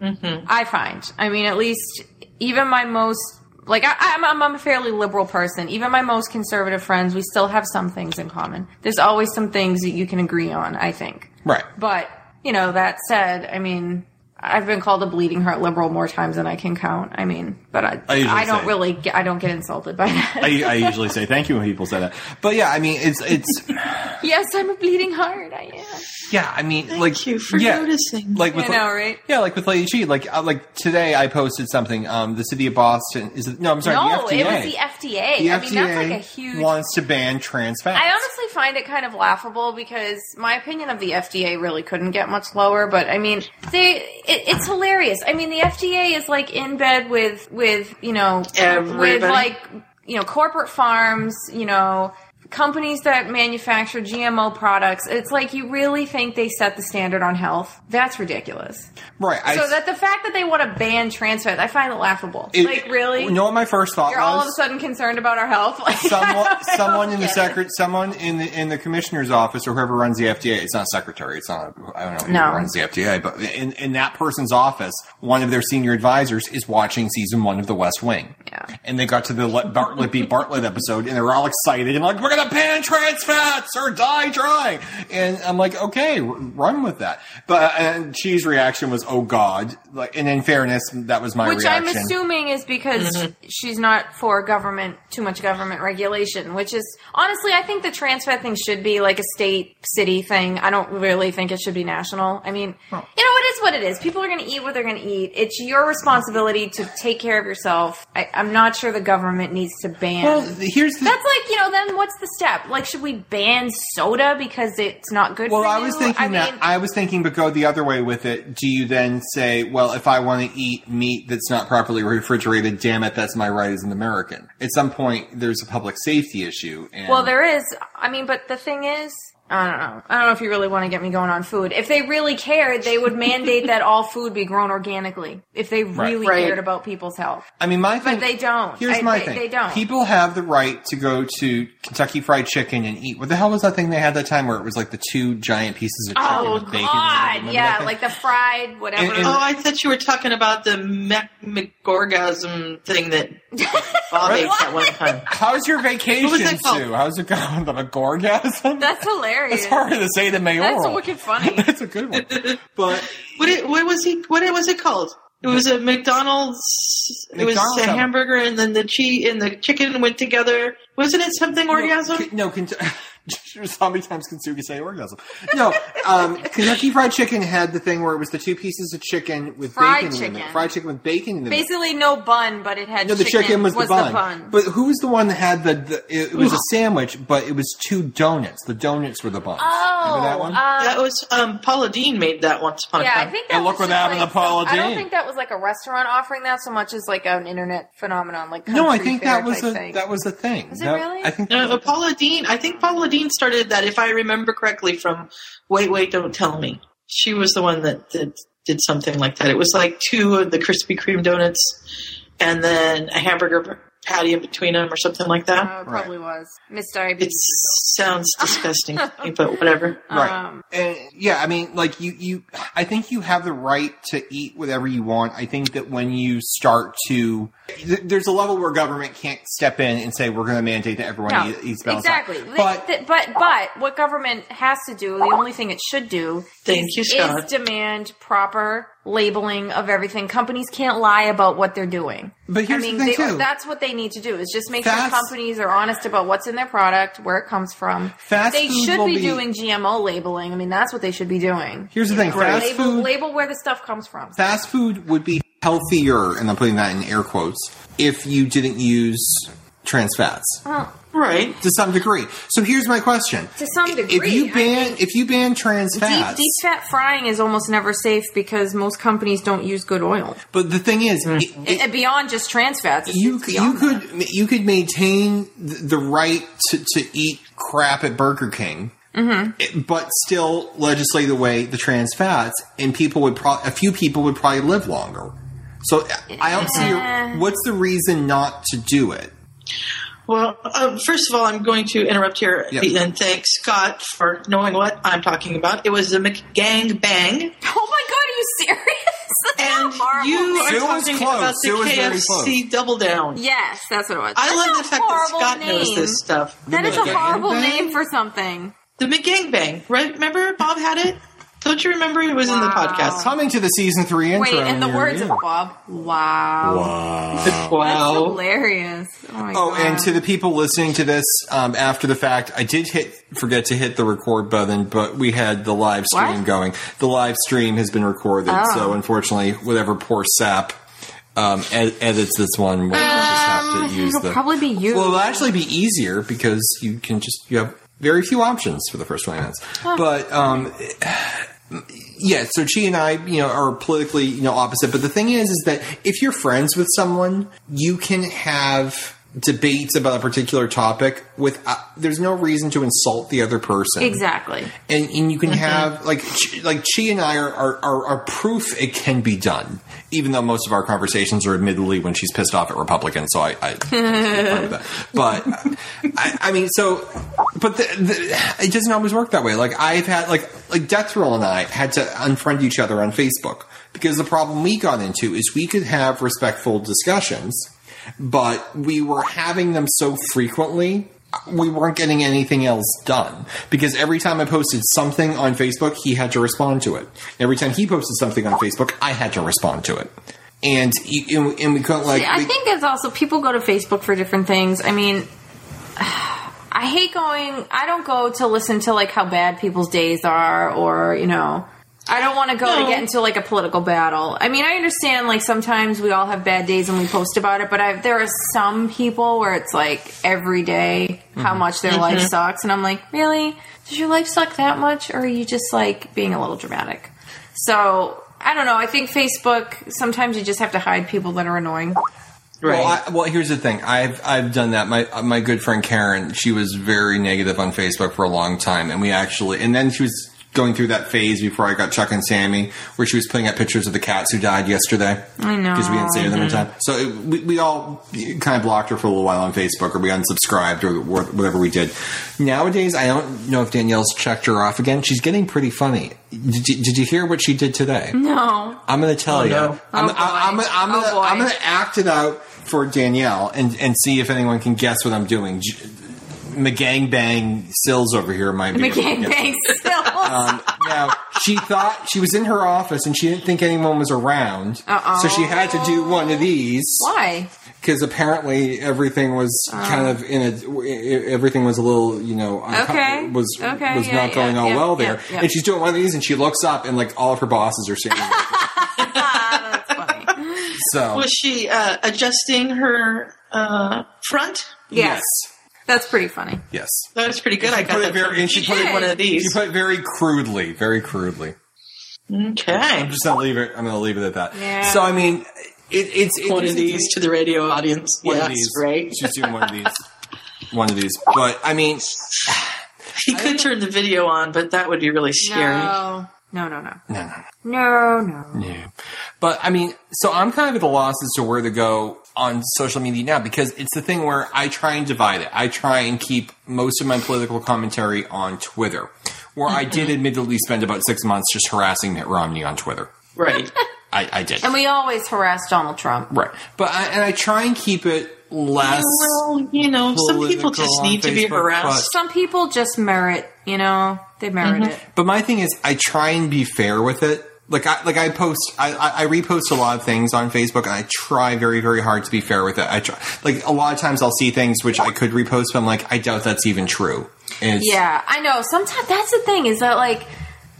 S2: I find. I mean, at least even my most like I, I'm, I'm I'm a fairly liberal person. Even my most conservative friends, we still have some things in common. There's always some things that you can agree on. I think.
S1: right.
S2: But you know, that said, I mean, I've been called a bleeding heart liberal more times than I can count. I mean, but I
S1: I usually
S2: I, don't
S1: say-
S2: really get, I don't get insulted by that.
S1: I, I usually say thank you when people say that, but yeah, I mean it's it's
S2: yes, I'm a bleeding heart. I am.
S1: yeah, I mean
S3: Thank
S1: like
S3: you for
S1: yeah,
S3: noticing.
S1: like with
S2: I know, right?
S1: yeah, like with Lady Chi, like uh, like today I posted something. Um, the city of Boston is it, no, I'm sorry,
S2: No,
S1: the FDA.
S2: it was the FDA.
S1: The
S2: I mean, that's
S1: FDA
S2: like a huge.
S1: wants to ban trans fats.
S2: I honestly find it kind of laughable because my opinion of the FDA really couldn't get much lower. But I mean, they it, it's hilarious. I mean, the FDA is like in bed with with you know with
S3: Everybody.
S2: like you know corporate farms, you know. Companies that manufacture GMO products, it's like you really think they set the standard on health. That's ridiculous.
S1: right. I,
S2: so that the fact that they want to ban trans fats, I find it laughable.
S1: it-
S2: like really,
S1: You know what my first thought
S2: you're
S1: was?
S2: all of a sudden concerned about our health. Like,
S1: someone, someone in the
S2: Yeah.
S1: secret, someone in the in the commissioner's office or whoever runs the FDA. It's not secretary. It's not. I don't know who
S2: No.
S1: runs the FDA, but in in that person's office, one of their senior advisors is watching season one of The West Wing.
S2: Yeah.
S1: And they got to the Let Bartlett be Bartlett episode, and they're all excited and like, "We're gonna ban trans fats or die trying." And I'm like, "Okay, r- run with that." But uh, and she's reaction was, "Oh God!" Like, and in fairness, that was my
S2: Which
S1: reaction.
S2: I'm assuming is because she's not for government, too much government regulation, which is honestly, I think the trans fat thing should be like a state, city thing. I don't really think it should be national. I mean, you know, it is what it is. People are going to eat what they're going to eat. It's your responsibility to take care of yourself. I, I'm not not sure the government needs to ban.
S1: Well, here's the.
S2: That's like, you know, then what's the step? Like, should we ban soda because it's not good
S1: well,
S2: for
S1: I
S2: you?
S1: was thinking
S2: I
S1: that
S2: mean,
S1: I was thinking, but go the other way with it. Do you then say, well, if I want to eat meat that's not properly refrigerated, damn it, that's my right as an American. At some point, there's a public safety issue. And
S2: well, there is. I mean, but the thing is, I don't know. I don't know if you really want to get me going on food. If they really cared, they would mandate that all food be grown organically. If they really
S3: Right.
S2: cared about people's health.
S1: I mean, my thing.
S2: But they don't.
S1: Here's
S2: I-
S1: my
S2: they,
S1: thing.
S2: They don't.
S1: People have the right to go to Kentucky Fried Chicken and eat. What the hell was that thing they had that time where it was like the two giant pieces of chicken
S2: oh,
S1: with bacon? in it? Remember
S2: God.
S1: that
S2: Yeah,
S1: thing?
S2: like the fried whatever.
S1: And- and-
S3: Oh, I thought you were talking about the Mac- McGorgasm thing that Bob ate at one time.
S1: How's your vacation,
S3: What was that called?
S1: Sue? How's it going? The gorgasm?
S2: That's hilarious.
S1: It's harder to say than mayoral.
S2: That's wicked funny.
S1: That's a good one. But
S3: What it, what was he? What it- was it called? It was a McDonald's. It was
S1: McDonald's
S3: a
S1: had-
S3: hamburger, and then the cheese and the chicken went together. Wasn't it something orgasm?
S1: No, can, zombie times Kensuke say orgasm. No, um, Kentucky Fried Chicken had the thing where it was the two pieces of chicken with
S2: Fried
S1: bacon in it.
S2: chicken.
S1: Fried chicken with bacon in it.
S2: Basically, no bun, but it had
S1: No, the chicken, was, the, bun. But who was the one that had the? the it, it was a sandwich, but it was two donuts. The donuts were the buns.
S2: oh,
S1: Remember that one?
S2: um,
S3: that was um, Paula Dean made that once upon
S2: yeah,
S3: a
S2: I
S3: time.
S2: think that
S1: And
S2: was
S1: look what
S2: just
S1: happened
S2: like
S1: to Paula
S2: some- I don't
S1: Deen.
S2: think that was like a restaurant offering that so much as like an internet phenomenon. Like
S1: no, I
S2: country
S1: think
S2: fair
S1: that was
S2: type
S1: a
S2: thing.
S1: that was a thing.
S2: Was it
S1: That-
S2: really?
S1: I think.
S3: No, no, Paula Dean. I think Paula Dean started that, if I remember correctly, from Wait, Wait, Don't Tell Me. She was the one that did, did something like that. It was like two of the Krispy Kreme donuts and then a hamburger patty in between them or something like that.
S2: Uh, it probably was Miss
S3: It
S2: Diabetes.
S3: sounds disgusting, but whatever.
S1: Right.
S2: Um,
S1: And yeah, I mean, like you, you, I think you have the right to eat whatever you want. I think that when you start to, th- there's a level where government can't step in and say we're going to mandate that everyone
S2: No,
S1: eat- eats balanced. diet."
S2: exactly. Th-
S1: But
S2: th- but but what government has to do, the only thing it should do,
S3: Thank
S2: is,
S3: you, Scott.
S2: is demand proper labeling of everything. Companies can't lie about what they're doing.
S1: But here's
S2: I
S1: the
S2: mean,
S1: thing,
S2: they,
S1: too.
S2: that's what they need to do is just make
S1: Fast-
S2: sure companies are honest about what's in their product, where it comes from.
S1: Fast
S2: they
S1: food
S2: should
S1: will
S2: be,
S1: be-
S2: doing GMO labeling. I mean, that's what they should be doing.
S1: here's the thing: fast
S2: label,
S1: food,
S2: label where the stuff comes from.
S1: fast food would be healthier, and I'm putting that in air quotes, if you didn't use trans fats
S3: Right.
S1: to some degree. So here's my question:
S2: To some
S1: if
S2: degree,
S1: you
S2: I
S1: ban if you ban trans
S2: Deep,
S1: fats,
S2: deep fat frying is almost never safe because most companies don't use good oil.
S1: but the thing is, it- it-
S2: And beyond just trans fats, it's-
S1: you
S2: it's
S1: you
S2: beyond
S1: could
S2: that.
S1: you could maintain th- the right to, to eat crap at Burger King, mm-hmm. but still legislate away the trans fats, and people would pro- a few people would probably live longer. So eh, I- I don't see
S2: Yeah.
S1: what's the reason not to do it.
S3: Well, um, first of all, I'm going to interrupt here
S1: Yep.
S3: and thank Scott for knowing what I'm talking about. It was the McGang Bang.
S2: Oh my god, are you serious? That's
S3: And
S2: horrible.
S3: you are
S1: Sue was
S3: talking
S1: close.
S3: about the
S1: Sue was very
S3: KFC Double Down.
S2: yes, that's what it was.
S3: I
S2: That's
S3: love
S2: a
S3: the fact that
S2: horrible
S3: Scott knows
S2: name.
S3: this stuff.
S2: That is a
S1: McGangbang?
S2: horrible name for something.
S3: The McGangbang, right? Remember Bob had it? Don't you remember it was in the
S2: Wow.
S3: podcast?
S1: Coming to the season three intro.
S2: Wait, in the
S1: here
S2: words
S1: we
S2: of
S1: are.
S2: Bob, wow. That's
S3: Wow.
S2: hilarious. Oh, my
S1: Oh,
S2: God.
S1: and to the people listening to this um, after the fact, I did hit forget to hit the record button, but we had the live stream
S2: What?
S1: going. The live stream has been recorded,
S2: Oh.
S1: so unfortunately, whatever poor sap um, ed- edits this one, we'll just
S2: I
S1: have to
S2: think
S1: use
S2: it'll
S1: the.
S2: Um, probably be you.
S1: well, uh, it'll actually be easier because you can just you have very few options for the first twenty minutes, but. Um, yeah, so she and I, you know, are politically, you know, opposite. But the thing is, is that if you're friends with someone, you can have debates about a particular topic with. Uh, there's no reason to insult the other person.
S2: exactly.
S1: And, and you can have like Chi- like she and I are, are are are proof it can be done. Even though most of our conversations are admittedly when she's pissed off at Republicans, so I, I I'm fine with that. But I, I mean, so but the, the, it doesn't always work that way. Like I've had like like Death Roll and I had to unfriend each other on Facebook because the problem we got into is we could have respectful discussions, but we were having them so frequently we weren't getting anything else done because every time I posted something on Facebook, he had to respond to it. Every time he posted something on Facebook, I had to respond to it, and y- and we- and we couldn't like.
S2: I
S1: we-
S2: think it's also people go to Facebook for different things. I mean, I hate going. I don't go to listen to like how bad people's days are, or you know, I don't want to go to
S3: No.
S2: get into like a political battle. I mean, I understand like sometimes we all have bad days and we post about it, but I, there are some people where it's like every day how
S1: Mm-hmm.
S2: much their life sucks, and I'm like, really? Does your life suck that much, or are you just like being a little dramatic? So I don't know. I think Facebook sometimes you just have to hide people that are annoying.
S3: Right.
S1: Well, I, well, here's the thing. I've I've done that. My uh, my good friend Karen, she was very negative on Facebook for a long time, and we actually, and then she was going through that phase before I got Chuck and Sammy, where she was putting up pictures of the cats who died yesterday. I
S2: know.
S1: because we didn't save them in time. So it, we, we all kind of blocked her for a little while on Facebook, or we unsubscribed, or wha- whatever we did. Nowadays, I don't know if Danielle's checked her off again. She's getting pretty funny. Did you, did you hear what she did today?
S2: No,
S1: I'm going to tell you.
S3: no.
S1: I'm,
S2: Oh, boy.
S1: I'm, I'm, I'm,
S2: Oh,
S1: gonna,
S2: boy.
S1: I'm going to act it out for Danielle and, and see if anyone can guess what I'm doing. J- McGangbang Sills over here might be. able to
S2: McCain
S1: guess.
S2: Banks still.
S1: Um, now she thought she was in her office and she didn't think anyone was around,
S2: Uh-oh.
S1: so she had to do one of these
S2: Why?
S1: because apparently everything was
S2: Oh.
S1: kind of in a e- everything was a little you know unco-
S2: Okay.
S1: was
S2: Okay,
S1: was
S2: yeah,
S1: not going
S2: yeah,
S1: all
S2: yeah,
S1: well
S2: yeah,
S1: there
S2: yeah.
S1: and she's doing one of these and she looks up and like all of her bosses are standing there.
S2: Ah, that's funny.
S1: so
S3: was she uh, adjusting her uh, front?
S2: Yes, that's pretty funny.
S1: yes
S3: That was pretty good. I got
S1: put it
S3: that.
S1: very-
S3: from-
S1: and she
S3: you
S1: put it-
S3: did one of
S1: yes she
S3: these.
S1: put it very crudely very crudely
S3: okay.
S1: I'm just gonna leave it I'm gonna leave it at that
S2: Yeah.
S1: so I mean it, it's it-
S3: one of these to the radio audience.
S1: one
S3: yes,
S1: of these
S3: right.
S1: she's doing one of these one of these but I mean
S3: He could turn the video on, but that would be really scary.
S2: No, no, no, no,
S1: no no
S2: no, no.
S1: Yeah. But I mean, so I'm kind of at a loss as to where to go on social media now because it's the thing where I try and divide it. I try and keep most of my political commentary on Twitter, where I did admittedly spend about six months just harassing Mitt Romney on Twitter.
S3: Right.
S1: I, I did.
S2: And we always harass Donald Trump.
S1: right. But I, and I try and keep it less.
S3: well, you know, some
S1: Political
S3: people just
S1: on
S3: need to be
S1: Facebook,
S3: harassed.
S2: Some people just merit, you know, they merit it.
S1: But my thing is, I try and be fair with it. Like I like I post I, I, I repost a lot of things on Facebook and I try very very hard to be fair with it. I try like a lot of times I'll see things which I could repost, but I'm like I doubt that's even true. And it's-
S2: Yeah, I know. Sometimes that's the thing is that like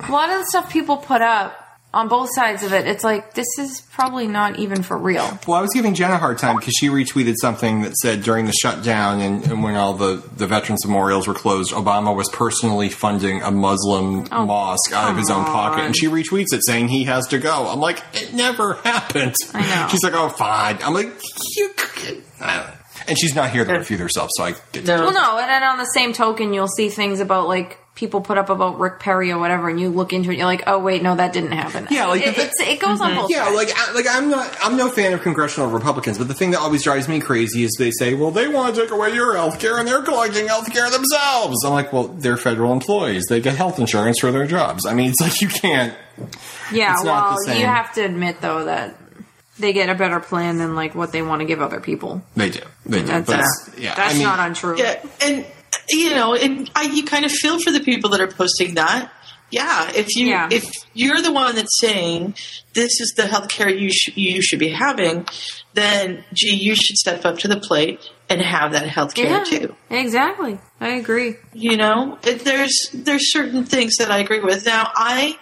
S2: a lot of the stuff people put up on both sides of it, it's like this is probably not even for real.
S1: Well, I was giving Jen a hard time because she retweeted something that said during the shutdown and, and when all the, the veterans memorials were closed, Obama was personally funding a Muslim mosque out of his own pocket. And she retweets it saying he has to go. I'm like, it never happened. I
S2: know.
S1: She's like, oh, fine. I'm like, you. c- I don't know." And she's not here to refute herself, so I get
S3: No.
S2: Well, no, and then on the same token, you'll see things about like people put up about Rick Perry or whatever, and you look into it, and you're like, oh wait, no, that didn't happen.
S1: Yeah, like
S2: it,
S1: the thi-
S2: it's, it goes on both.
S1: Yeah,
S2: sides.
S1: like I, like I'm not I'm no fan of congressional Republicans, but the thing that always drives me crazy is they say, "Well, they want to take away your health care and they're collecting health care themselves." I'm like, "Well, they're federal employees. They get health insurance for their jobs." I mean, it's like you can't
S2: Yeah,
S1: It's not
S2: well,
S1: the same.
S2: you have to admit though that they get a better plan than like what they want to give other people.
S1: They do. They do.
S2: That's
S1: But
S2: uh,
S1: it's- yeah,
S2: that's
S1: I mean,
S2: not untrue.
S3: Yeah, and you know, and I, you kind of feel for the people that are posting that. Yeah, if you
S2: Yeah.
S3: if you're the one that's saying this is the healthcare you sh- you should be having, then gee, you should step up to the plate and have that
S2: Yeah,
S3: healthcare too.
S2: exactly. I agree.
S3: You know, It- there's there's certain things that I agree with. Now I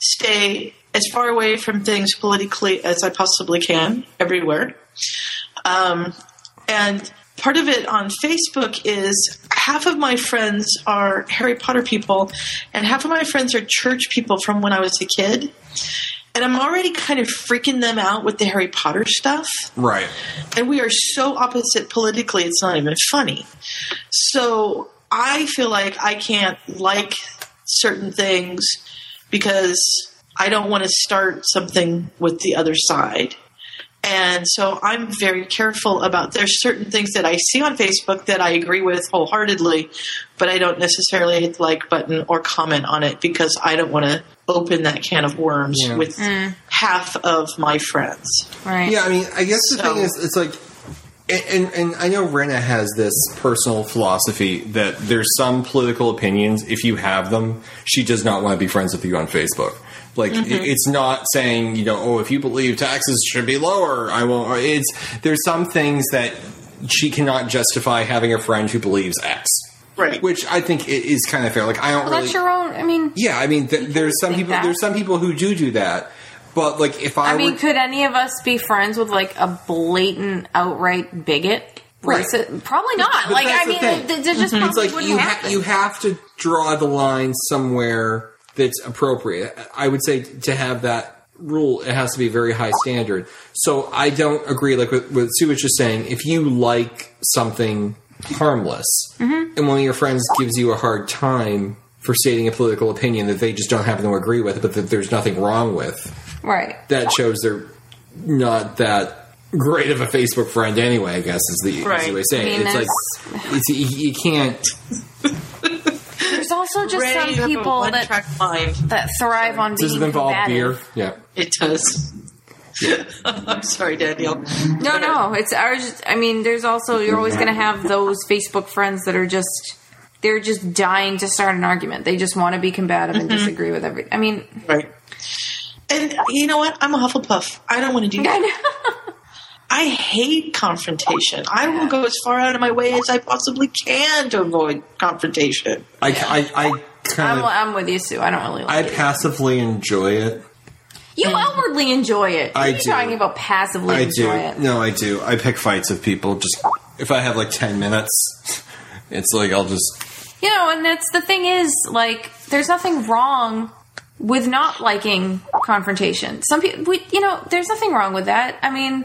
S3: stay as far away from things politically as I possibly can everywhere. Um, and part of it on Facebook is half of my friends are Harry Potter people, and half of my friends are church people from when I was a kid. And I'm already kind of freaking them out with the Harry Potter stuff
S1: right.
S3: and we are so opposite politically it's not even funny so i feel like i can't like certain things because i don't want to start something with the other side and so i'm very careful about there's certain things that i see on facebook that i agree with wholeheartedly but i don't necessarily hit the like button or comment on it because i don't want to open that can of worms
S1: Yeah.
S3: with half of my friends
S2: Right.
S1: Yeah, I mean, I guess the
S3: So-
S1: thing is, it's like, and, and and I know Rena has this personal philosophy that there's some political opinions. If you have them, she does not want to be friends with you on Facebook. Like i- it's not saying you know, oh, if you believe taxes should be lower, I won't. or It's there's some things that she cannot justify having a friend who believes X.
S3: Right.
S1: which I think i- is kind of fair. Like I don't
S2: Well,
S1: really.
S2: that's your own. I mean,
S1: yeah, I mean, th- there's some
S2: think
S1: people.
S2: that.
S1: There's some people who do do that, but like if I,
S2: I mean,
S1: were,
S2: could any of us be friends with like a blatant, outright bigot?
S1: Right.
S2: Racist? Probably not.
S1: but
S2: like,
S1: that's
S2: I
S1: the
S2: mean,
S1: thing. Mm-hmm.
S2: th- th- there just
S1: it's
S2: probably
S1: like
S2: wouldn't
S1: you ha-
S2: happen.
S1: you have to draw the line somewhere that's appropriate. I would say t- to have that rule, it has to be a very high standard. So I don't agree. Like with, with Sue was just saying, if you like something harmless,
S2: Mm-hmm.
S1: and one of your friends gives you a hard time for stating a political opinion that they just don't happen to agree with, but that there's nothing wrong with,
S2: right.
S1: that shows they're not that great of a Facebook friend anyway. I guess is the easy
S3: Right.
S1: way of saying it.
S2: I mean,
S1: It's like it's, you, you can't.
S2: There's also just
S3: Ray, you
S2: some
S3: have a
S2: people that
S3: one-track mind.
S2: that thrive on
S1: Does
S2: being
S1: it involve
S2: combative.
S1: beer? Yeah.
S3: It does. I'm sorry, Danielle.
S2: No, no. It's I was just. I mean, there's also you're always going to have those Facebook friends that are just they're just dying to start an argument. They just want to be combative and disagree with every. I mean,
S3: Right. And you know what? I'm a Hufflepuff. I don't want to do
S2: I
S3: that.
S2: know.
S3: I hate confrontation. I will go as far out of my way as I possibly can to avoid confrontation.
S1: I, I, I kind
S2: I'm,
S1: of.
S2: I'm with you, Sue. I don't really.
S1: I
S2: Like it.
S1: passively enjoy it.
S2: You outwardly enjoy it. What
S1: I
S2: are you
S1: do.
S2: talking about passively
S1: I do.
S2: enjoy it?
S1: No, I do. I pick fights with people. Just if I have like ten minutes, it's like I'll just.
S2: You know, and that's the thing is like there's nothing wrong with not liking confrontation. Some people, we, you know, there's nothing wrong with that. I mean,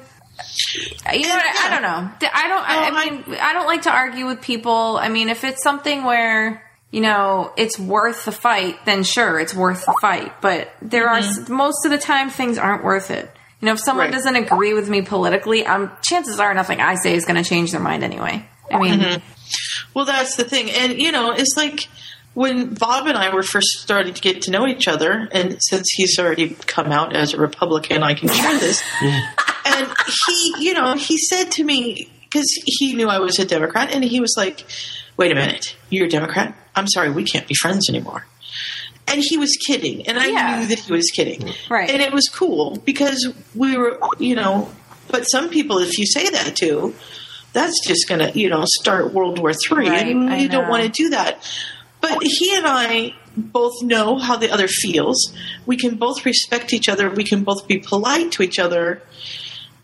S2: you know, what, I don't know. Th- I don't. I, I mean, I don't like to argue with people. I mean, if it's something where you know it's worth the fight, then sure, it's worth the fight. But there are s- most of the time things aren't worth it. You know, if someone
S3: Mm-hmm. Right.
S2: doesn't agree with me politically, um, chances are nothing I say is going to change their mind anyway. I mean,
S3: Mm-hmm. Well, that's the thing. And, you know, it's like when Bob and I were first starting to get to know each other, and since he's already come out as a Republican, I can share this. and he, you know, he said to me, because he knew I was a Democrat, and he was like, wait a minute, you're a Democrat? I'm sorry, we can't be friends anymore. And he was kidding, and I
S2: Yeah. Mm-hmm.
S3: knew that he was kidding.
S2: Right.
S3: And it was cool because we were, you know, but some people, if you say that to, that's just going to, you know, start World War III
S2: Right,
S3: and
S2: I
S3: you don't
S2: know.
S3: want to do that. But he and I both know how the other feels. We can both respect each other. We can both be polite to each other.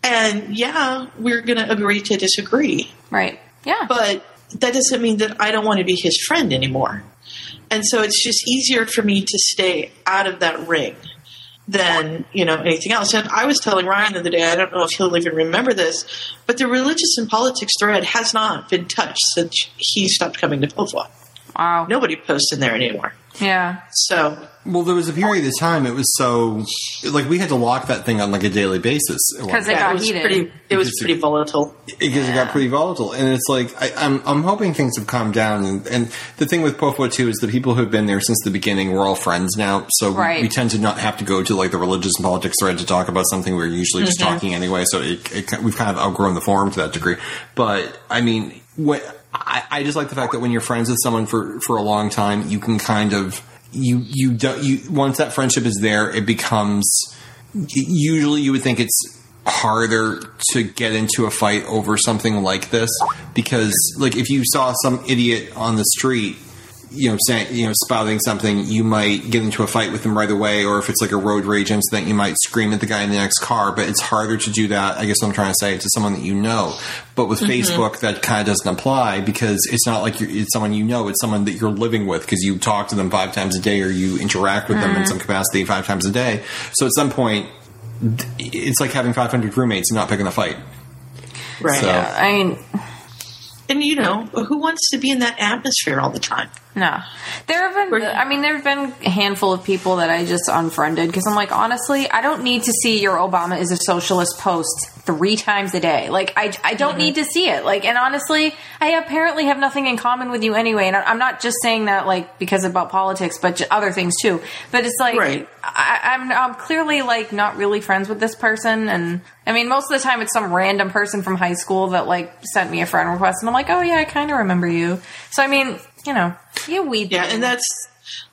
S3: And yeah, we're going to agree to disagree.
S2: right? Yeah.
S3: But that doesn't mean that I don't want to be his friend anymore. And so it's just easier for me to stay out of that ring than, you know, anything else. And I was telling Ryan the other day, I don't know if he'll even remember this, but the religious and politics thread has not been touched since he stopped coming to Pilfoy.
S2: wow.
S3: Nobody posts in there anymore.
S2: Yeah.
S3: So
S1: Well, there was a period of time it was so like we had to lock that thing on like a daily basis at one
S2: Because it
S3: yeah,
S2: got
S3: it was
S2: heated.
S3: pretty it was pretty volatile.
S1: because it got pretty volatile. And it's like I, I'm I'm hoping things have calmed down. And, and the thing with Pofo too is the people who've been there since the beginning we're all friends now, so we-
S2: Right.
S1: we, tend to not have to go to like the religious and politics thread to talk about something we're usually just talking anyway. So it, it, ki- we've kind of outgrown the forum to that degree. But I mean, when, I, I just like the fact that when you're friends with someone for for a long time, you can kind of you you don't you once that friendship is there, it becomes usually you would think it's harder to get into a fight over something like this because like if you saw some idiot on the street you know saying you know spouting something you might get into a fight with them right away or if it's like a road rage incident you might scream at the guy in the next car but it's harder to do that i guess what i'm trying to say to someone that you know but with facebook that kind of doesn't apply because it's not like you're, it's someone you know it's someone that you're living with because you talk to them five times a day or you interact with them in some capacity five times a day so at some point it's like having 500 roommates and not picking a fight.
S3: Right.
S1: So-
S2: Yeah, I mean,
S3: And you know, who wants to be in that atmosphere all the time?
S2: no. There have been,
S3: We're-
S2: I mean, there have been a handful of people that I just unfriended because I'm like, honestly, I don't need to see your Obama is a socialist post three times a day. Like, I, I don't
S3: Mm-hmm.
S2: need to see it. Like, and honestly, I apparently have nothing in common with you anyway. And I- I'm not just saying that, like, because about politics, but j- other things too. But it's like,
S3: Right.
S2: I, I'm, I'm clearly like not really friends with this person, and I mean most of the time it's some random person from high school that like sent me a friend request, and I'm like, oh yeah, I kind of remember you. So I mean, you know, you weed.
S3: Yeah, and that's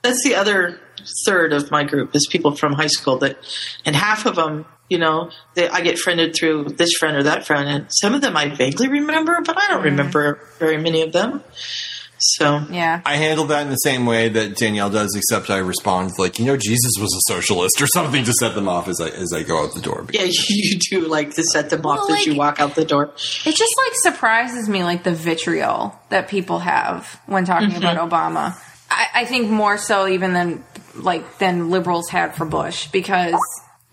S3: that's the other third of my group is people from high school that, and half of them, you know, they, I get friended through this friend or that friend, and some of them I vaguely remember, but I don't remember very many of them. So
S2: Yeah.
S9: I handled that in the same way that Danielle does, except I respond like, you know, Jesus was a socialist or something to set them off as I as I go out the door.
S3: yeah, you do like to set them off
S2: Well,
S3: as you
S2: like-
S3: walk out the door.
S2: It just like surprises me, like the vitriol that people have when talking about Obama. I, I think more so even than like than liberals had for Bush because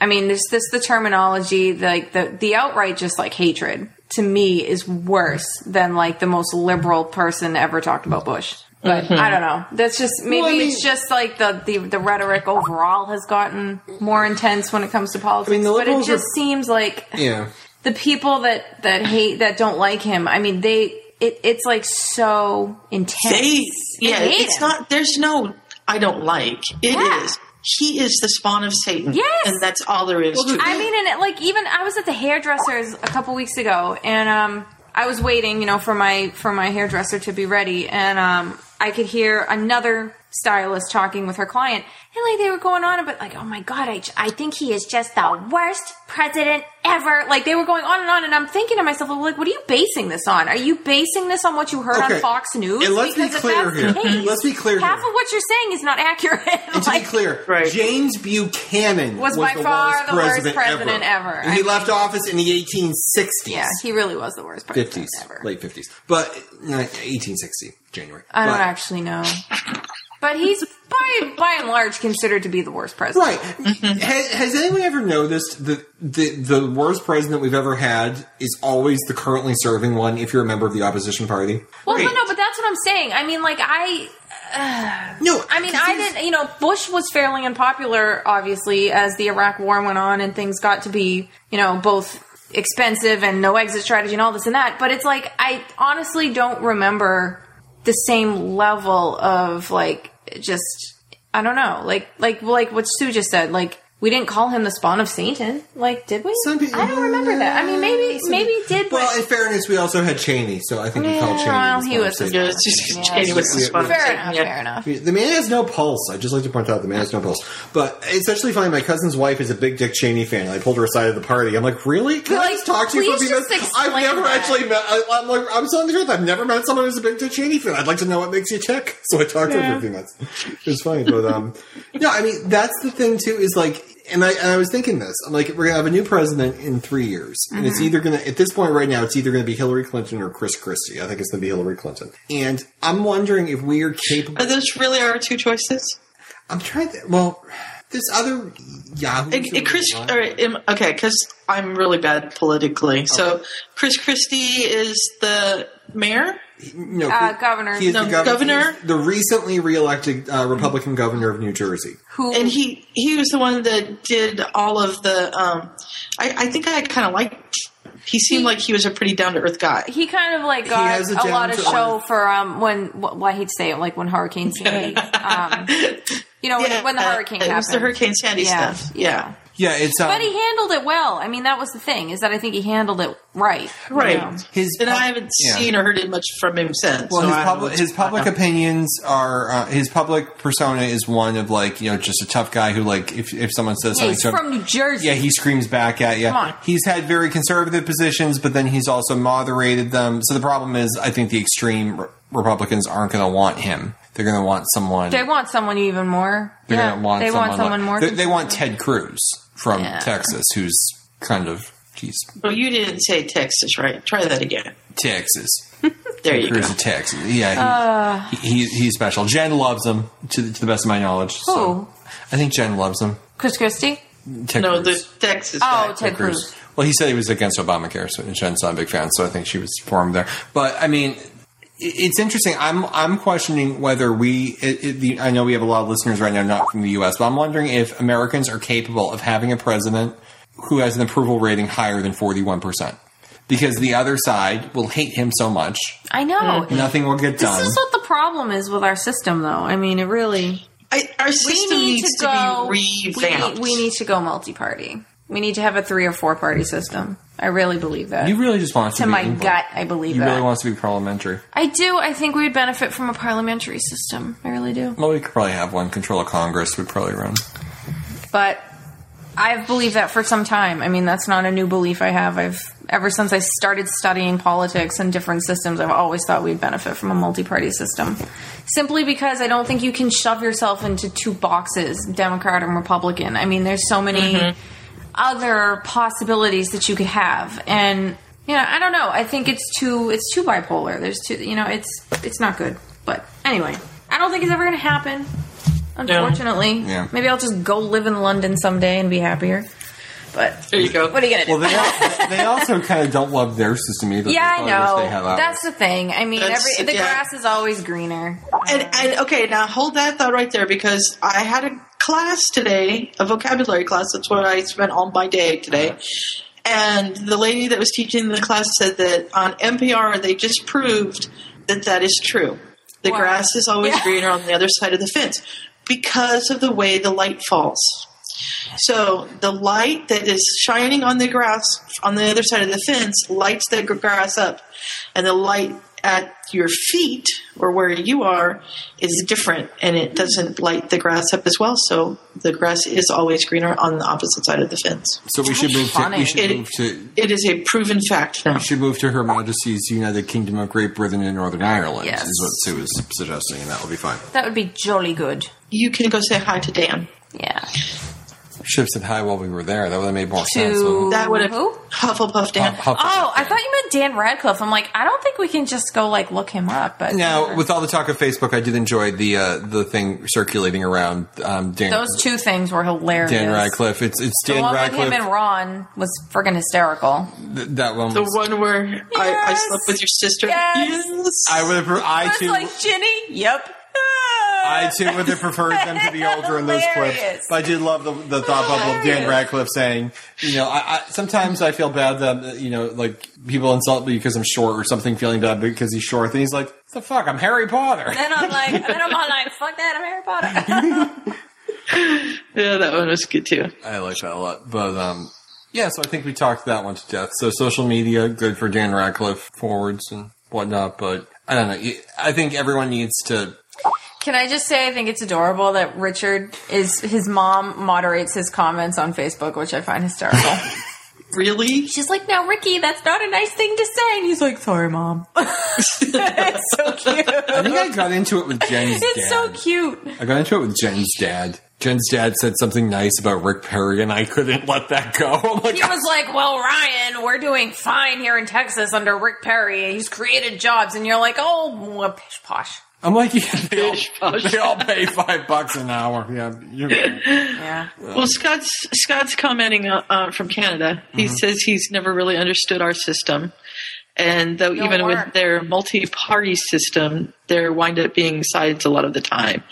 S2: I mean, there's this the terminology like the the outright just like hatred to me is worse than like the most liberal person ever talked about Bush. But I don't know. That's just maybe
S9: Well, I mean-
S2: it's just like the, the the rhetoric overall has gotten more intense when it comes to politics.
S9: the
S2: but it
S9: liberals are-
S2: just seems like
S9: Yeah.
S2: the people that that hate that don't like him i mean they it, it's like so intense
S3: They, yeah,
S2: hate
S3: it's
S2: him.
S3: not. There's no. I don't like. It is.
S2: Yeah.
S3: He is the spawn of Satan.
S2: Yes.
S3: and that's all there is to it.
S2: I mean, and it, like even I was at the hairdresser's a couple weeks ago, and um, I was waiting, you know, for my for my hairdresser to be ready, and um, I could hear another stylist talking with her client, and like they were going on about like, oh my god, I j- I think he is just the worst president ever. Like they were going on and on, and I'm thinking to myself, well, like, what are you basing this on? Are you basing this on what you heard
S9: Okay.
S2: on Fox News?
S9: And let's be
S2: if
S9: clear
S2: that's
S9: here.
S2: the case,
S9: Let's be clear
S2: Half
S9: here.
S2: of what you're saying is not accurate.
S9: And to
S2: Like-
S9: be clear,
S3: Right.
S9: James Buchanan
S2: Was by
S9: the
S2: far
S9: worst
S2: the worst
S9: president
S2: president
S9: ever.
S2: ever.
S9: And
S2: I
S9: he
S2: mean-
S9: left office in the 1860s.
S2: yeah, he really was the worst president
S9: 50s,
S2: ever.
S9: late 50s, but no, 1860 January.
S2: I don't
S9: But-
S2: actually know. But he's by by and large considered to be the worst president.
S9: Right. has, has anyone ever noticed that the, the worst president we've ever had is always the currently serving one if you're a member of the opposition party?
S2: Well,
S9: Right.
S2: but no, but that's what I'm saying. I mean, like I,
S9: No,
S2: I mean, I didn't. You know, Bush was fairly unpopular, obviously, as the Iraq War went on and things got to be, you know, both expensive and no exit strategy and all this and that. But it's like I honestly don't remember the same level of like just I don't know, like like like what Sue just said, like. We didn't call him the spawn of Satan, like did we?
S9: Some people-
S2: I don't remember that. I mean, maybe maybe he did. but-
S9: Well, in fairness, we also had Cheney, so I think we
S2: Yeah,
S9: called Cheney.
S2: well,
S9: the
S2: he was-
S9: sponsor.
S3: Yeah, it's just
S2: Yeah,
S3: Cheney was the
S9: yeah.
S3: spawn of
S2: fair
S3: Satan.
S2: enough,
S3: yeah.
S2: fair enough.
S9: The man has no pulse. I just like to point out the man has no pulse. But it's actually funny. My cousin's wife is a big Dick Cheney fan. and I pulled her aside at the party. I'm like, really? Can I
S2: Like,
S9: just talk to you for a
S2: please
S9: few
S2: just
S9: minutes? I've
S2: explain
S9: never
S2: that.
S9: actually met. I, I'm like, I'm telling the truth. I've never met someone who's a big Dick Cheney fan. I'd like to know what makes you tick. So I talked to her for a few minutes. It was funny, but um, no, I mean that's the thing too. Is like. And I, and I was thinking this. I'm like, we're gonna have a new president in three years, and
S2: Mm-hmm.
S9: it's either gonna at this point right now, it's either gonna be Hillary Clinton or Chris Christie. I think it's gonna be Hillary Clinton. And I'm wondering if we are capable.
S3: Are those really our two choices?
S9: I'm trying to. Well, this other Yahoo.
S3: It, it- Chris, all right, um, okay, because I'm really bad politically. So Chris Christie is the mayor.
S9: no,
S2: Uh,
S9: he-
S2: governor.
S9: He is
S3: No,
S9: the governor,
S3: governor?
S9: he's the recently reelected uh, Republican governor of New Jersey.
S2: Who
S3: and he he was the one that did all of the um i, I think i kind of liked he seemed like he was a pretty down to earth guy
S2: he kind of like got
S9: has a
S2: a, lot of
S9: down to
S2: show
S9: earth.
S2: for um when wh- well, I hate to say it like when Hurricane Sandy, um, you know when, when the
S3: uh,
S2: hurricane
S3: it
S2: happened.
S3: was the hurricane sandy
S2: Yeah,
S3: stuff yeah,
S9: Yeah, it's um,
S2: But he handled it well. I mean, that was the thing is that I think he handled it right. you
S3: right
S2: know.
S9: his
S3: and i
S9: pub-
S3: haven't
S9: yeah.
S3: seen or heard it much from him since
S9: Well,
S3: so
S9: his,
S3: I don't know
S9: public,
S3: what's
S9: his public
S3: going on.
S9: opinions are uh, his public persona is one of like you know just a tough guy who like if if someone says
S2: Yeah,
S9: something
S2: he's
S9: to him,
S2: from New Jersey.
S9: Yeah, he screams back at you.
S2: Come on.
S9: He's had very conservative positions, but then he's also moderated them. So the problem is, I think the extreme re- Republicans aren't going to want him. They're going to want someone.
S2: they want someone even more.
S9: They're
S2: yeah,
S9: gonna want
S2: they
S9: someone
S2: want someone
S9: like-
S2: more.
S9: They, they want Ted Cruz from
S2: Yeah.
S9: Texas, who's kind of he's
S3: well you didn't say texas right try that again
S9: Texas.
S3: there you
S9: Cruz
S3: go
S9: of Texas. Yeah, he,
S2: Uh.
S9: he, he, he's special. Jen loves him to, the- to the best of my knowledge.
S2: Who?
S9: So I think Jen loves him.
S2: Chris Christie.
S9: Ted
S3: no the
S9: Cruz.
S3: texas
S2: Oh,
S3: guy.
S2: Ted Cruz.
S9: Well, he said he was against Obamacare, so and Jen's not a big fan, so I think she was for him there. But I mean, i- it's interesting. I'm I'm questioning whether we. It, it, the, I know we have a lot of listeners right now, not from the U.S., but I'm wondering if Americans are capable of having a president who has an approval rating higher than 41 percent, because the other side will hate him so much,
S2: I know.
S9: nothing will get
S2: This
S9: done.
S2: is what the problem is with our system, though. I mean, it really.
S3: I, our system needs to, be
S2: we need,
S3: revamped
S2: we need to go multi-party. We need to have a three or four party system. I really believe that.
S9: you really just want us to,
S2: to
S9: be
S2: my
S9: England.
S2: gut, I believe
S9: You
S2: that.
S9: really want us to be parliamentary.
S2: I do. I think we'd benefit from a parliamentary system. I really do.
S9: Well, we could probably have one. Control of Congress would probably run.
S2: But I've believed that for some time. I mean, that's not a new belief I have. I've ever since I started studying politics and different systems, I've always thought we'd benefit from a multi party system. Simply because I don't think you can shove yourself into two boxes, Democrat and Republican. I mean, there's so many
S3: Mm-hmm.
S2: other possibilities that you could have. And, you know, I don't know. I think it's too, it's too bipolar. There's too, you know, it's, it's not good. But anyway, I don't think it's ever going to happen. Unfortunately.
S9: Yeah.
S2: Maybe I'll just go live in London someday and be happier. But
S3: There you go.
S2: what are you going to do?
S9: Well, they also, they also kind of don't love their system either.
S2: Yeah, I
S9: They probably wish They had
S2: know.
S9: that.
S2: That's the thing. I mean,
S3: That's-
S2: every the
S3: yeah.
S2: grass is always greener.
S3: And, and okay, now hold that thought right there because I had a class today, a vocabulary class. That's what I spent all my day today. And the lady that was teaching the class said that on NPR they just proved that that is true. The
S2: Wow.
S3: grass is always
S2: Yeah.
S3: greener on the other side of the fence because of the way the light falls. So the light that is shining on the grass on the other side of the fence lights the gr- grass up, and the light at your feet or where you are is different, and it doesn't light the grass up as well. So the grass is always greener on the opposite side of the fence.
S9: so we should move to
S2: funny.
S9: we should
S3: It-
S9: move to
S3: It is a proven fact now.
S9: we should move to Her Majesty's United Kingdom of Great Britain and Northern Ireland.
S2: Yes.
S9: is what Sue was suggesting, and that would be fine.
S2: That would be jolly good.
S3: You can go say hi to Dan.
S2: Yeah.
S9: Should have said hi while we were there. That would have made more sense.
S2: To
S3: That would have
S2: who?
S3: Hufflepuff Dan.
S9: Huff- Hufflepuff.
S2: Oh, I thought you meant Dan Radcliffe. I'm like, I don't think we can just go like look him up. But
S9: Now, with all the talk of Facebook, I did enjoy the uh, the thing circulating around um, Dan,
S2: those two things were hilarious.
S9: Dan Radcliffe. It's it's
S2: The
S9: Dan
S2: one
S9: Radcliffe.
S2: with him and Ron was friggin' hysterical.
S9: th- that one.
S3: The
S9: was-
S3: one where I, I
S2: Yes.
S3: slept with your sister.
S2: Yes.
S9: I would have. pre-
S2: I
S9: I
S2: was
S9: too.
S2: like, Ah. Ginny, yep.
S9: I too would have preferred them to be older in those clips.
S2: Hilarious.
S9: But I did love the, the thought bubble of Dan
S2: Hilarious.
S9: Radcliffe saying, you know, I, I sometimes I feel bad that you know, like people insult me because I'm short or something, feeling bad because he's short. And he's like, the fuck, I'm Harry Potter.
S2: Then I'm like, then I'm online. Fuck that, I'm Harry Potter.
S3: Yeah, that one was good too.
S9: I like that a lot. But um, yeah, so I think we talked that one to death. So social media, good for Dan Radcliffe forwards and whatnot. But I don't know. You- I think everyone needs to.
S2: Can I just say I think it's adorable that Richard is his mom moderates his comments on Facebook, which I find hysterical.
S3: Really?
S2: She's like, "Now, Ricky, that's not a nice thing to say," and he's like, "Sorry, mom." it's so cute.
S9: I think I got into it with Jen's
S2: It's
S9: dad.
S2: so cute.
S9: I got into it with Jen's dad. Jen's dad said something nice about Rick Perry, and I couldn't let that go. I'm like,
S2: He was like, "Well, Ryan, we're doing fine here in Texas under Rick Perry. He's created jobs," and you're like, "Oh, well, pish posh."
S9: I'm like, yeah, they, all, they all pay five bucks an hour. Yeah, you-
S2: Yeah.
S3: Well, Scott's Scott's commenting uh, uh, from Canada. He
S2: Mm-hmm.
S3: says he's never really understood our system, and though
S2: Don't
S3: even
S2: work.
S3: with their multi-party system, there wind up being sides a lot of the time.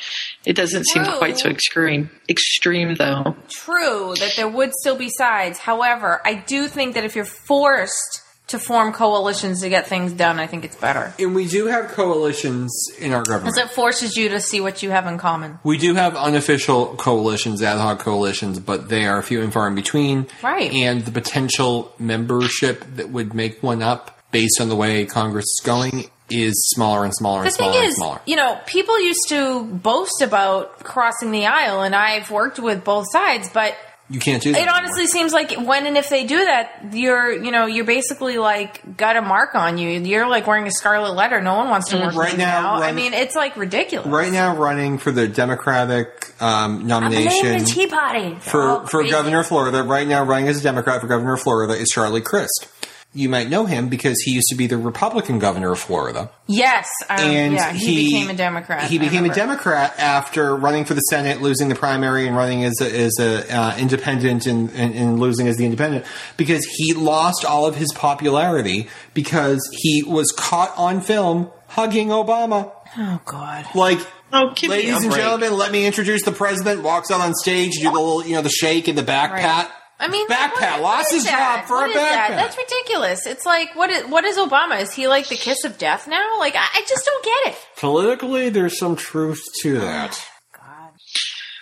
S3: It doesn't seem
S2: True.
S3: quite so extreme. Extreme though,
S2: true that there would still be sides. However, I do think that if you're forced to form coalitions to get things done, I think it's better.
S9: and we do have coalitions in our government.
S2: Because it forces you to see what you have in common.
S9: We do have unofficial coalitions, ad hoc coalitions, but they are few and far in between.
S2: Right.
S9: And the potential membership that would make one up based on the way Congress is going is smaller and smaller
S2: The
S9: and smaller
S2: thing
S9: and
S2: is,
S9: smaller.
S2: you know, people used to boast about crossing the aisle, and I've worked with both sides, but
S9: You can't do that.
S2: it honestly seems like when and if they do that, you're, you know, you're basically like got a mark on you. You're like wearing a scarlet letter. No one wants to work
S9: Mm, Right
S2: with you
S9: now,
S2: now. I
S9: right-
S2: mean, it's like ridiculous.
S9: anymore. Right now, running for the Democratic um, nomination
S2: the Tea Party They're all
S9: for, for
S2: Oh, crazy.
S9: governor of Florida, right now running as a Democrat for governor of Florida is Charlie Crist. You might know him because he used to be the Republican governor of Florida.
S2: Yes, um,
S9: and
S2: yeah, he, became a Democrat.
S9: He
S2: I
S9: became a
S2: remember.
S9: Democrat after running for the Senate, losing the primary, and running as a, as a uh, independent and, and, and losing as the independent because he lost all of his popularity because he was caught on film hugging Obama.
S2: Oh God,
S9: Like,
S3: oh, give me a
S9: ladies and
S3: break.
S9: gentlemen, let me introduce the president. Walks out on stage, do the little, you know, the shake and the back
S2: Right.
S9: pat.
S2: I mean,
S9: back
S2: what-
S9: pat
S2: what
S9: lost
S2: is
S9: his
S2: that?
S9: job for
S2: What
S9: a
S2: is
S9: back
S2: that?
S9: pat.
S2: That's ridiculous. It's like what is what is Obama? Is he like the kiss of death now? Like I, I just don't get it.
S9: Politically, there's some truth to that.
S2: God.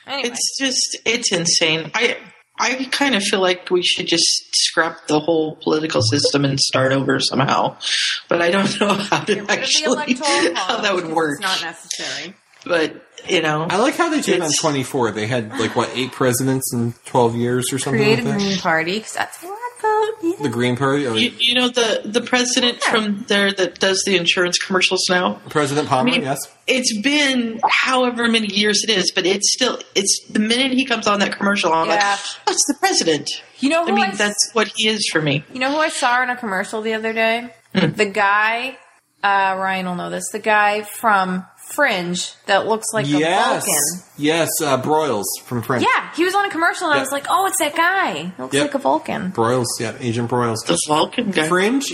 S2: Anyway,
S3: it's just it's insane. I I kind of feel like we should just scrap the whole political system and start over somehow, but I don't know how to
S2: rid of the
S3: actually
S2: Electoral
S3: how
S2: College
S3: that would
S2: because
S3: work.
S2: It's not necessary.
S3: But you know,
S9: I like how they did on
S3: It's-
S9: 24. They had like what eight presidents in 12 years or something
S2: Create a
S9: like that.
S2: Green Party because that's what vote.
S9: The Green Party uh, or
S3: You, you know the the president from there that does the insurance commercials now.
S9: President Palmer?
S3: mean-
S9: yes.
S3: It's been however many years it is, but it's still it's the minute he comes on that commercial, I'm
S2: Yeah.
S3: like, that's the president.
S2: You know
S3: I
S2: who
S3: mean,
S2: I-
S3: that's what he is for me.
S2: You know who I saw in a commercial the other day?
S9: Hmm.
S2: The guy, uh, Ryan will know this, the guy from Fringe that looks like
S9: yes.
S2: the Vulcan.
S9: Yes. Uh, Broyles from French.
S2: Yeah, he was on a commercial and I
S9: Yep.
S2: was like, oh, it's that guy. Looks
S9: Yep.
S2: like a Vulcan.
S9: Broyles. Yeah. Agent Broyles.
S3: The Vulcan guy.
S9: Fringe.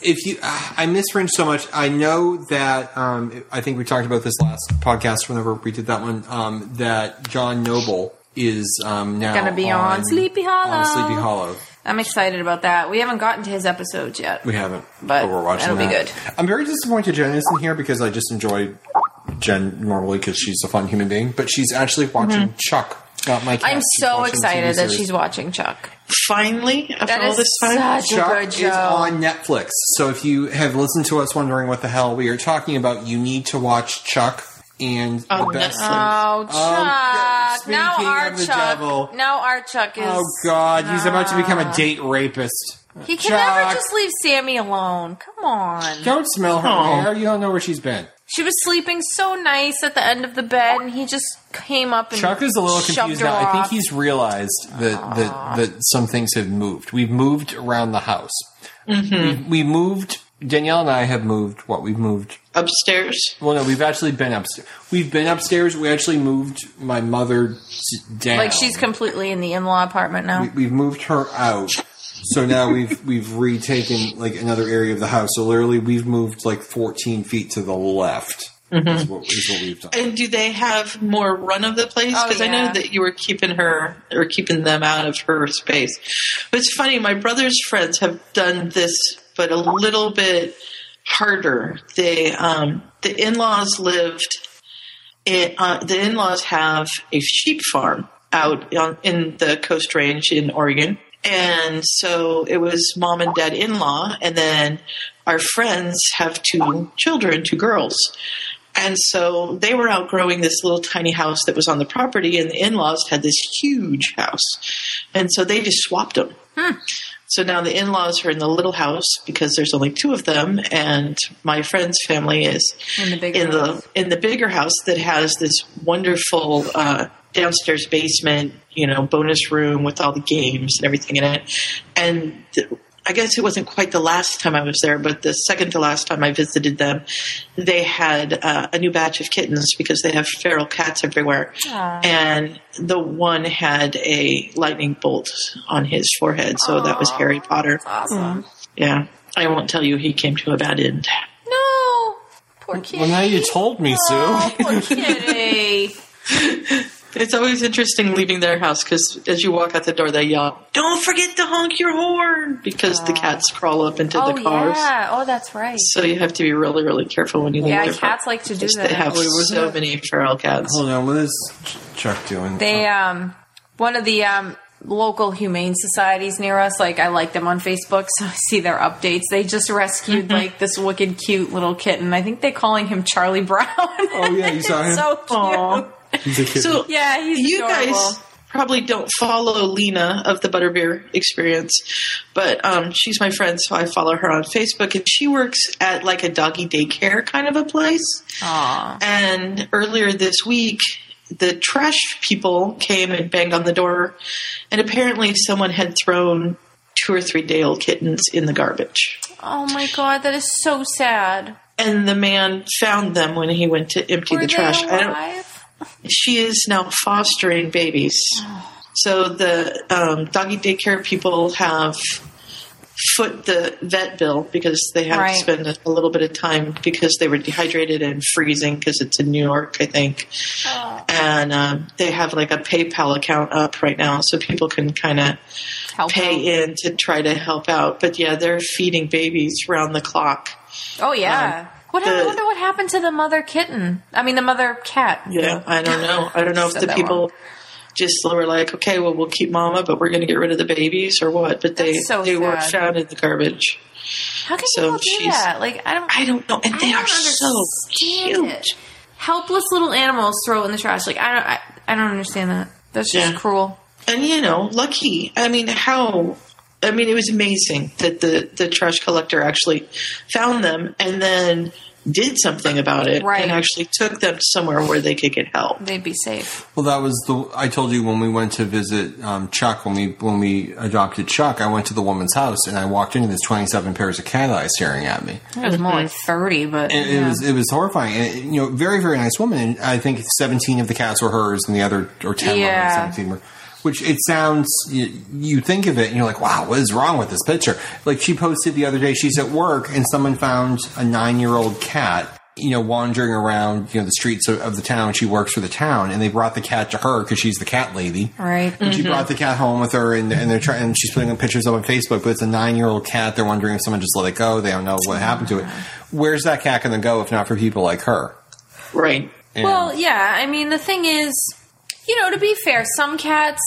S9: If you, ah, I miss Fringe so much. I know that. Um, I think we talked about this last podcast whenever we did that one. Um, that John Noble is um, now
S2: Gonna be on Sleepy Hollow.
S9: On Sleepy Hollow.
S2: I'm excited about that. We haven't gotten to his episodes yet.
S9: We haven't,
S2: But
S9: we're watching.
S2: that'll be
S9: that.
S2: good.
S9: I'm very disappointed Jen isn't here because I just enjoy Jen normally because she's a fun human being, but she's actually watching
S3: Mm-hmm.
S9: Chuck. Not my. Cat.
S2: I'm
S9: She's
S2: so
S9: watching TV
S2: excited that
S9: series.
S2: she's watching Chuck.
S3: Finally, after
S2: That
S3: all
S2: is
S3: this time,
S2: such a
S9: Chuck
S2: good
S9: is
S2: show.
S9: on Netflix. So if you have listened to us wondering what the hell we are talking about, you need to watch Chuck and
S3: Oh,
S9: the best.
S3: no.
S2: Oh, Chuck.
S9: yeah,
S2: now
S9: speaking
S2: our
S9: of the
S2: Chuck.
S9: devil.
S2: Now our Chuck is.
S9: Oh, God, he's about to become a date rapist.
S2: He can
S9: Chuck.
S2: never just leave Sammy alone. Come on.
S9: Don't smell her
S3: Oh.
S9: hair. You don't know where she's been.
S2: She was sleeping so nice at the end of the bed, and he just came up and
S9: Chuck is a little
S2: shoved
S9: confused
S2: her
S9: now. I think
S2: off.
S9: he's realized that, that that some things have moved. We've moved around the house.
S2: Mm-hmm.
S9: We, we moved. Danielle and I have moved. What we've moved
S3: upstairs.
S9: Well, no, we've actually been upstairs. We've been upstairs. We actually moved my mother s- down.
S2: like she's completely in the in-law apartment now.
S9: We- we've moved her out. So now we've we've retaken like another area of the house. So literally, we've moved like 14 feet to the left. Is,
S2: Mm-hmm.
S9: what, is what we've done.
S3: And do they have more run of the place?
S2: Oh,
S3: Because I
S2: yeah.
S3: know that you were keeping her or keeping them out of her space. But it's funny, my brother's friends have done this, but a little bit harder. They um, the in laws lived. In, uh, the in laws have a sheep farm out on, in the Coast Range in Oregon, and so it was mom and dad in law, and then our friends have two children, two girls. And so they were outgrowing this little tiny house that was on the property, and the in laws had this huge house. And so they just swapped them. So now the in laws are in the little house because there's only two of them, and my friend's family is
S2: In the bigger
S3: in the,
S2: house.
S3: in the bigger house that has this wonderful uh, downstairs basement, you know, bonus room with all the games and everything in it. And th- I guess it wasn't quite the last time I was there, but the second to last time I visited them, they had uh, a new batch of kittens because they have feral cats everywhere. And the one had a lightning bolt on his forehead, so that was Harry Potter. Mm.
S2: awesome.
S3: Yeah. I won't tell you he came to a bad end.
S2: No, poor kitty.
S9: well, now you told me,
S2: Oh,
S9: Sue.
S2: poor kitty.
S3: It's always interesting leaving their house because as you walk out the door, they yell, "Don't forget to honk your horn!" because the cats crawl up into
S2: Ah. oh
S3: the cars.
S2: yeah. Oh, that's right.
S3: So you have to be really, really careful when you leave
S2: Yeah,
S3: their
S2: cats
S3: home.
S2: like to do
S3: Because
S2: that.
S3: They have
S9: Wait, wasn't
S3: so
S9: it- Oh,
S3: many feral cats.
S9: Hold on, what is Ch- Chuck doing?
S2: They um one of the um local humane societies near us, like I like them on Facebook, so I see their updates. They just rescued
S9: Mm-hmm.
S2: like this wicked cute little kitten. I think they're calling him Charlie Brown. Oh
S9: yeah, you saw him?
S2: so cute.
S3: Aw.
S9: He's a kid.
S3: So
S2: Yeah, he's
S3: you
S2: adorable.
S3: guys probably don't follow Lena of the Butterbeer Experience, but um, she's my friend, so I follow her on Facebook, and she works at like a doggy daycare kind of a place.
S2: Aw.
S3: And earlier this week, the trash people came and banged on the door, and apparently someone had thrown two or three day old kittens in the garbage.
S2: Oh my god, that is so sad.
S3: And the man found them when he went to empty
S2: Were
S3: the trash.
S2: they
S3: I don't,
S2: alive?
S3: she is now fostering babies. So the um, doggy daycare people have foot the vet bill because they have
S2: Right.
S3: to spend a, a little bit of time because they were dehydrated and freezing because it's in New York, I think. And um, they have like a PayPal account up right now so people can kind of
S2: Help them.
S3: pay in to try to help out. But yeah, they're feeding babies round the clock.
S2: Oh yeah. what happened, I
S3: um, the-
S2: wonder what happened to the mother kitten. I mean the mother cat.
S3: Yeah, I don't know. I don't know if
S2: Said
S3: the
S2: that
S3: people just were like, okay, well, we'll keep mama, but we're going to get rid of the babies or what. But they
S2: That's so
S3: they were
S2: sad.
S3: found in the garbage.
S2: How can
S3: So
S2: people do
S3: she's-
S2: that? Like I don't
S3: I don't know, and they
S2: don't
S3: are so
S2: understand
S3: cute.
S2: it. Helpless little animals throw in the trash. Like I don't, I, I don't understand that. That's just
S3: Yeah.
S2: cruel.
S3: And you know, lucky. I mean, how I mean, it was amazing that the, the trash collector actually found them and then did something about it
S2: Right.
S3: and actually took them somewhere where they could get help.
S2: They'd be safe.
S1: Well, that was the I told you when we went to visit um, Chuck when we when we adopted Chuck. I went to the woman's house and I walked in and there's 27 pairs of cat eyes staring at me.
S2: It was more like 30, but.
S1: And It was it was horrifying. And, you know, very very nice woman. And I think 17 of the cats were hers, and the other or 10
S2: Yeah.
S1: were 17 were. Which it sounds you, you think of it and you're like, wow, what is wrong with this picture? Like she posted the other day, she's at work and someone found a nine year old cat. You know, wandering around, you know, the streets of, of the town. She works for the town, and they brought the cat to her because she's the cat lady.
S2: right.
S1: And She brought the cat home with her, and, and they're trying. And she's putting pictures up on Facebook, but it's a nine-year-old cat. They're wondering if someone just let it go. They don't know what happened to it. Where's that cat going to go if not for people like her?
S3: Right.
S1: And-
S2: Well, yeah. I mean, the thing is, you know, to be fair, some cats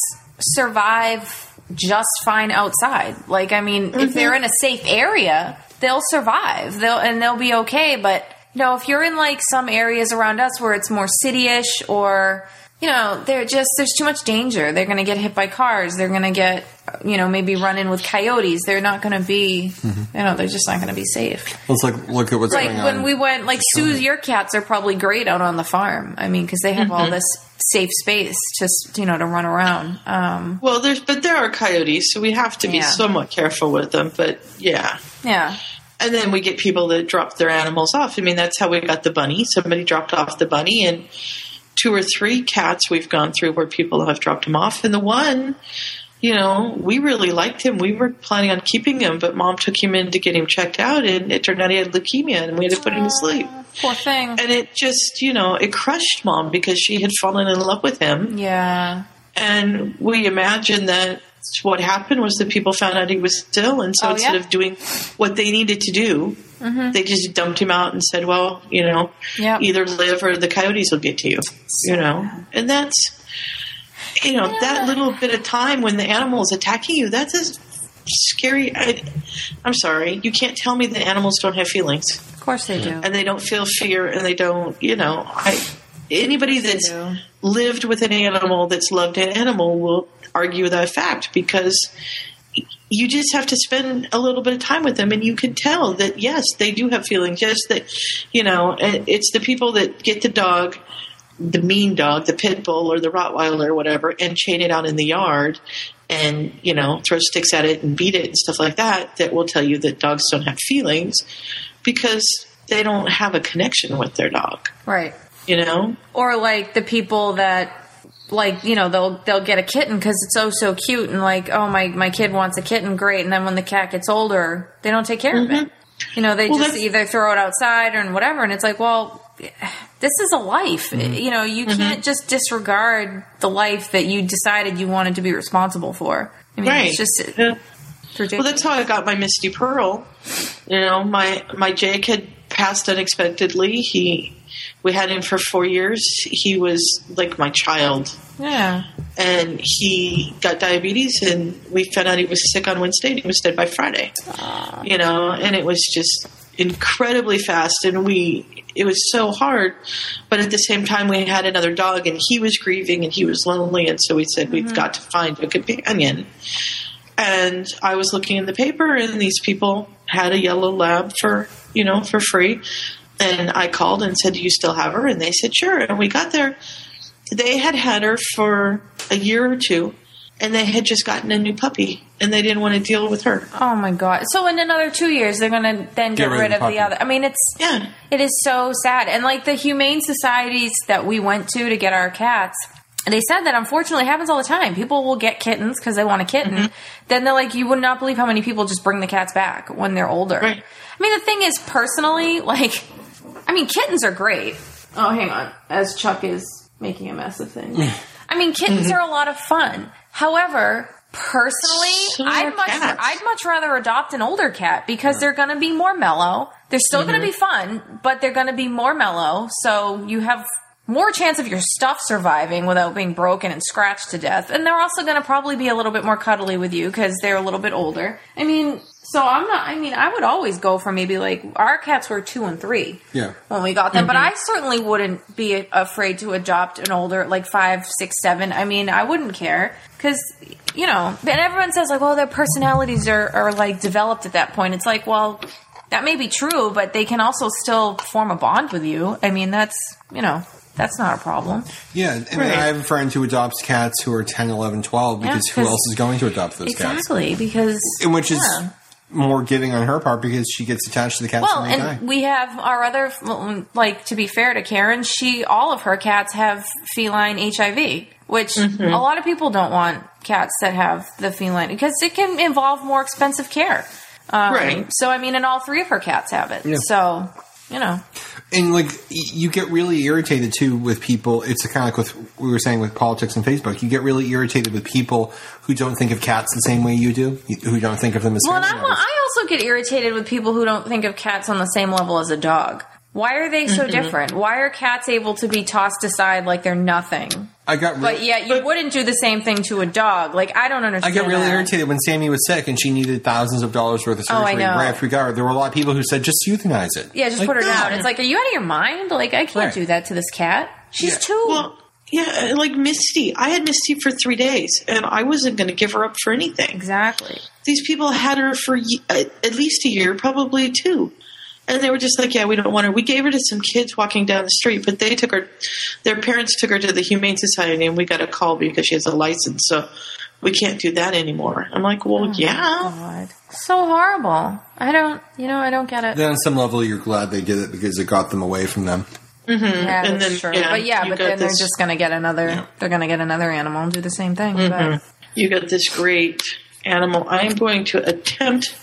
S2: survive just fine outside. Like, I mean, if they're in a safe area, they'll survive. They'll and they'll be okay. But you know, if you're in like some areas around us where it's more city-ish or you know, they're just there's too much danger. They're going to get hit by cars. They're going to get, you know, maybe run in with coyotes. They're not going to be,
S1: Mm-hmm.
S2: you know, they're just not going to be safe
S1: let's like look at what's
S2: like
S1: going
S2: when
S1: on.
S2: we went like Sue's your cats are probably great out on the farm. I mean cuz they have all this safe space just you know to run around. Um
S3: Well, there's but there are coyotes, so we have to be
S2: Yeah.
S3: somewhat careful with them. But yeah,
S2: yeah.
S3: and then we get people that drop their animals off. I mean, that's how we got the bunny. Somebody dropped off the bunny, and two or three cats we've gone through where people have dropped them off. And the one, you know, we really liked him. We were planning on keeping him, but mom took him in to get him checked out, and it turned out he had leukemia, and we had to put him to sleep.
S2: Poor thing.
S3: And it just, you know, it crushed mom because she had fallen in love with him.
S2: yeah.
S3: And we imagine that what happened was that people found out he was ill, and so
S2: Oh,
S3: instead
S2: yeah. Mm-hmm.
S3: of doing what they needed to do, they just dumped him out and said, "Well, you know,
S2: Yep.
S3: either live or the coyotes will get to you," you know. And that's, you know, that little bit of time when the animal is attacking you, that's a scary. I, I'm sorry, you can't tell me that animals don't have feelings
S2: Of course they do.
S3: and they don't feel fear and they don't you know I, anybody that's lived with an animal that's loved an animal will argue that fact because y- you just have to spend a little bit of time with them and you can tell that yes they do have feelings yes that you know and it's the people that get the dog the mean dog the pit bull or the rottweiler or whatever and chain it out in the yard and you know throw sticks at it and beat it and stuff like that that will tell you that dogs don't have feelings because they don't have a connection with their dog,
S2: Right.
S3: you know?
S2: Or like the people that like you know they'll they'll get a kitten cuz it's oh, so so cute and like oh my my kid wants a kitten great and then when the cat gets older they don't take care of it. You know, they
S3: Mm-hmm. Well,
S2: just
S3: that's-
S2: either throw it outside or and whatever and it's like well this is a life.
S3: Mm-hmm.
S2: You know, you can't just disregard the life that you decided you wanted to be responsible for. I mean,
S3: Right.
S2: it's just it's
S3: Yeah. Well,
S2: ridiculous.
S3: that's how I got my Misty Pearl. You know, my my Jake had passed unexpectedly. He we had him for 4 years. He was like my child.
S2: yeah.
S3: And he got diabetes, and we found out he was sick on Wednesday, and he was dead by Friday. You know, and it was just incredibly fast, and we it was so hard. But at the same time, we had another dog, and he was grieving, and he was lonely, and so we said we've got to find a companion. And I was looking in the paper, and these people had a yellow lab for you know for free. And I called and said, "Do you still have her?" And they said, "Sure." And we got there, they had had her for a year or two and they had just gotten a new puppy and they didn't want to deal with her
S2: Oh my god. So in another 2 years they're going to then get, rid, of the,
S1: puppy.
S2: other. I mean, it's
S3: yeah
S2: It is so sad. And like the humane societies that we went to to get our cats, they said that unfortunately it happens all the time. People will get kittens because they want a kitten.
S3: Mm-hmm.
S2: Then they're like, you would not believe how many people just bring the cats back when they're older.
S3: Right.
S2: I mean, the thing is, personally, like, I mean, kittens are great. Oh, hang on. As Chuck is making a mess of things. I mean, kittens
S3: Mm-hmm.
S2: are a lot of fun. However, personally,
S3: So
S2: I'd
S3: are
S2: much
S3: cats.
S2: I'd much rather adopt an older cat because they're going to be more mellow. They're still going to be fun, but they're going to be more mellow. So you have more chance of your stuff surviving without being broken and scratched to death. And they're also going to probably be a little bit more cuddly with you because they're a little bit older. I mean, so I'm not, I mean, I would always go for maybe like our cats were two and three
S1: Yeah.
S2: when we got them, but I certainly wouldn't be afraid to adopt an older, like five, six, seven. I mean, I wouldn't care because, you know, and everyone says like, well, their personalities are, are like developed at that point. It's like, well, that may be true, but they can also still form a bond with you. I mean, that's, you know, that's not a problem.
S1: Yeah, I mean, I have a friend who adopts cats who are 10, 11, 12 because
S2: Yeah,
S1: who
S2: 'cause-
S1: else is going to adopt those cats?
S2: Exactly, because
S1: And which is
S2: yeah.
S1: more giving on her part because she gets attached to the cats
S2: Well,
S1: when they
S2: and
S1: die.
S2: we have our other well, like to be fair to Karen, she all of her cats have feline HIV, which a lot of people don't want cats that have the feline because it can involve more expensive care. Um,
S3: Right.
S2: So I mean, and all three of her cats have it. So you know,
S1: and like y- you get really irritated too with people. It's kind of like with we were saying with politics and Facebook. You get really irritated with people who don't think of cats the same way you do, who don't think of them as
S2: well, and
S1: family
S2: I,
S1: members.
S2: I also get irritated with people who don't think of cats on the same level as a dog. Why are they so different? Why are cats able to be tossed aside like they're nothing?
S1: I got re-
S2: But yet you wouldn't do the same thing to a dog. Like I don't
S1: I
S2: understand.
S1: got really
S2: that.
S1: irritated when Sammy was sick and she needed thousands of dollars worth of
S2: Oh, I
S1: surgery
S2: know.
S1: right after we got her. There were a lot of people who said just euthanize it.
S2: Yeah, just
S1: Like,
S2: put her
S1: no.
S2: down. It's like, are you out of your mind? Like I can't
S1: Right.
S2: do that to this cat. She's two.
S3: Well, yeah, like Misty. I had Misty for three days, and I wasn't going to give her up for anything.
S2: exactly.
S3: These people had her for ye- at at least a year, probably two. And they were just like, yeah, we don't want her. We gave her to some kids walking down the street, but they took her, their parents took her to the Humane Society, and we got a call because she has a license. So we can't do that anymore. I'm like, well, yeah.
S2: God. So horrible. I don't. You know, I don't get it.
S1: Then on some level, you're glad they did it because it got them away from them.
S2: yeah,
S3: and
S2: that's
S3: then,
S2: true.
S3: yeah,
S2: but yeah,
S3: you
S2: but
S3: got
S2: then
S3: this-
S2: they're just gonna get another. They're gonna get another animal and do the same thing.
S3: Mm-hmm.
S2: But
S3: you got this great animal. I am going to attempt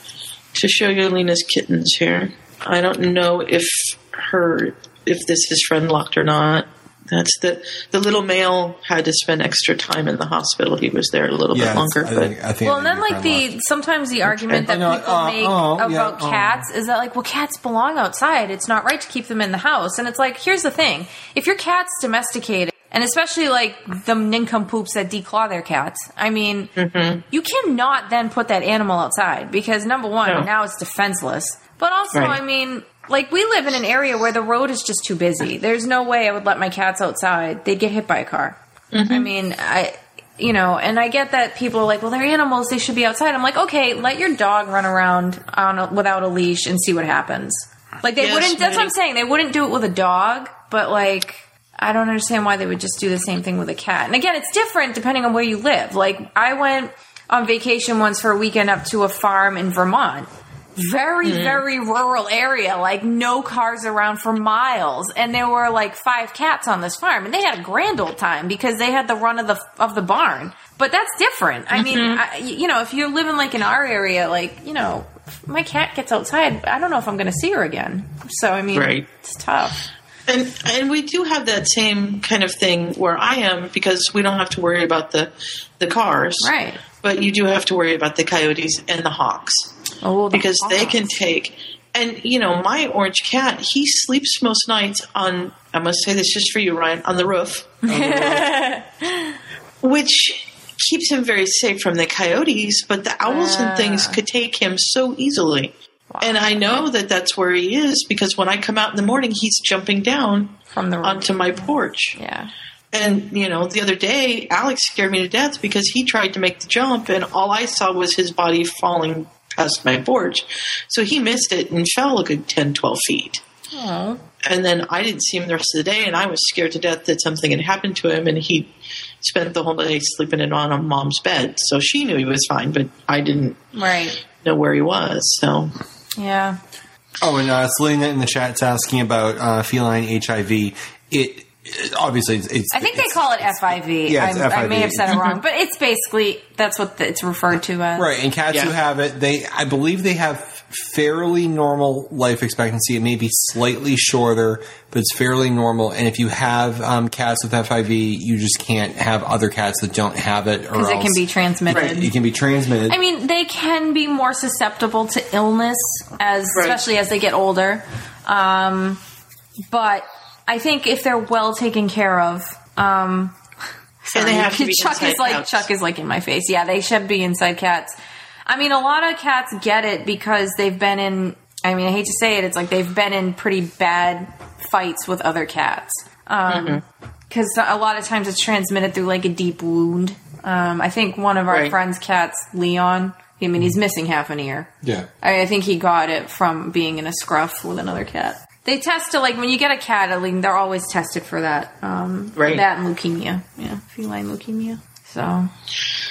S3: to show you Lena's kittens here. I don't know if her if this is friend locked or not. That's the the little male had to spend extra time in the hospital. He was there a little
S1: Yeah,
S3: bit longer,
S1: I
S3: but
S1: think. I think
S2: Well,
S1: it
S2: and then
S1: would be
S2: like
S1: fine
S2: the sometimes the argument that
S1: I know,
S2: people
S1: uh,
S2: make
S1: oh, yeah,
S2: about
S1: oh.
S2: cats is that like, well, cats belong outside. It's not right to keep them in the house. And it's like, here's the thing: if your cat's domesticated, and especially like the nincompoops that declaw their cats, I mean,
S3: Mm-hmm.
S2: you cannot then put that animal outside because number one,
S3: No.
S2: now it's defenseless. But also,
S3: Right.
S2: I mean. Like we live in an area where the road is just too busy. There's no way I would let my cats outside. They'd get hit by a car. I mean, I you know, and I get that people are like, well, they're animals; they should be outside. I'm like, okay, let your dog run around on a, without a leash and see what happens. Like they
S3: Yes,
S2: wouldn't. That's what I'm
S3: Maddie.
S2: saying. They wouldn't do it with a dog, but like. I don't understand why they would just do the same thing with a cat. And again, it's different depending on where you live. Like, I went on vacation once for a weekend up to a farm in Vermont very very rural area like no cars around for miles and there were like five cats on this farm and they had a grand old time because they had the run of the of the barn but that's different i mean I, you know if you're living like in our area like you know if my cat gets outside i don't know if i'm going to see her again so i mean
S3: Right.
S2: it's tough
S3: And and we do have that same kind of thing where I am because we don't have to worry about the the cars,
S2: Right.
S3: But you do have to worry about the coyotes and the hawks
S2: oh the
S3: because they
S2: hawks.
S3: can take. And you know, my orange cat, he sleeps most nights on. I must say this just for you, Ryan, on the roof, which keeps him very safe from the coyotes. But the owls
S2: Ah.
S3: and things could take him so easily. And I know that that's where he is because when I come out in the morning, he's jumping down
S2: from the
S3: onto my porch.
S2: yeah
S3: And you know, the other day, Alex scared me to death because he tried to make the jump, and all I saw was his body falling past my porch. So he missed it and fell a good 10, 12 feet. And then I didn't see him the rest of the day, and I was scared to death that something had happened to him. And he spent the whole day sleeping in on a mom's bed, so she knew he was fine, but I didn't
S2: Oh. right
S3: know where he was. So
S2: yeah
S1: Oh, and uh, Selena in the chat's asking about uh, feline HIV. It, it- obviously it's, it's.
S2: I think they call it FIV.
S1: yeah, it's
S2: I'm- I may
S1: FIV.
S2: have said it wrong, but it's basically that's what it's referred to as.
S1: right, and cats who
S3: Yeah.
S1: have it, they I believe they have fairly normal life expectancy. It may be slightly shorter, but it's fairly normal. And if you have um, cats with FIV, you just can't have other cats that don't have it, or
S2: Because it
S1: else
S2: can be transmitted.
S1: it can be transmitted.
S2: I mean, they can be more susceptible to illness as,
S3: Right.
S2: especially as they get older. Um, but I think if they're well taken care of, um,
S3: And they have to be
S2: Chuck
S3: inside
S2: is like
S3: cats.
S2: Chuck is like in my face. Yeah, they should be inside cats. I mean, a lot of cats get it because they've been in. I mean, I hate to say it, it's like they've been in pretty bad fights with other cats. Um
S3: Mm-hmm.
S2: 'cause because a lot of times it's transmitted through like a deep wound. Um, I think one of our
S3: Right.
S2: friends' cats, Leon. I mean, he's missing half an ear.
S9: Yeah.
S2: I, I think he got it from being in a scruff with another cat. They test to like when you get a cat, I mean, they're always tested for that, um,
S3: Right.
S2: That and leukemia, yeah, feline leukemia. So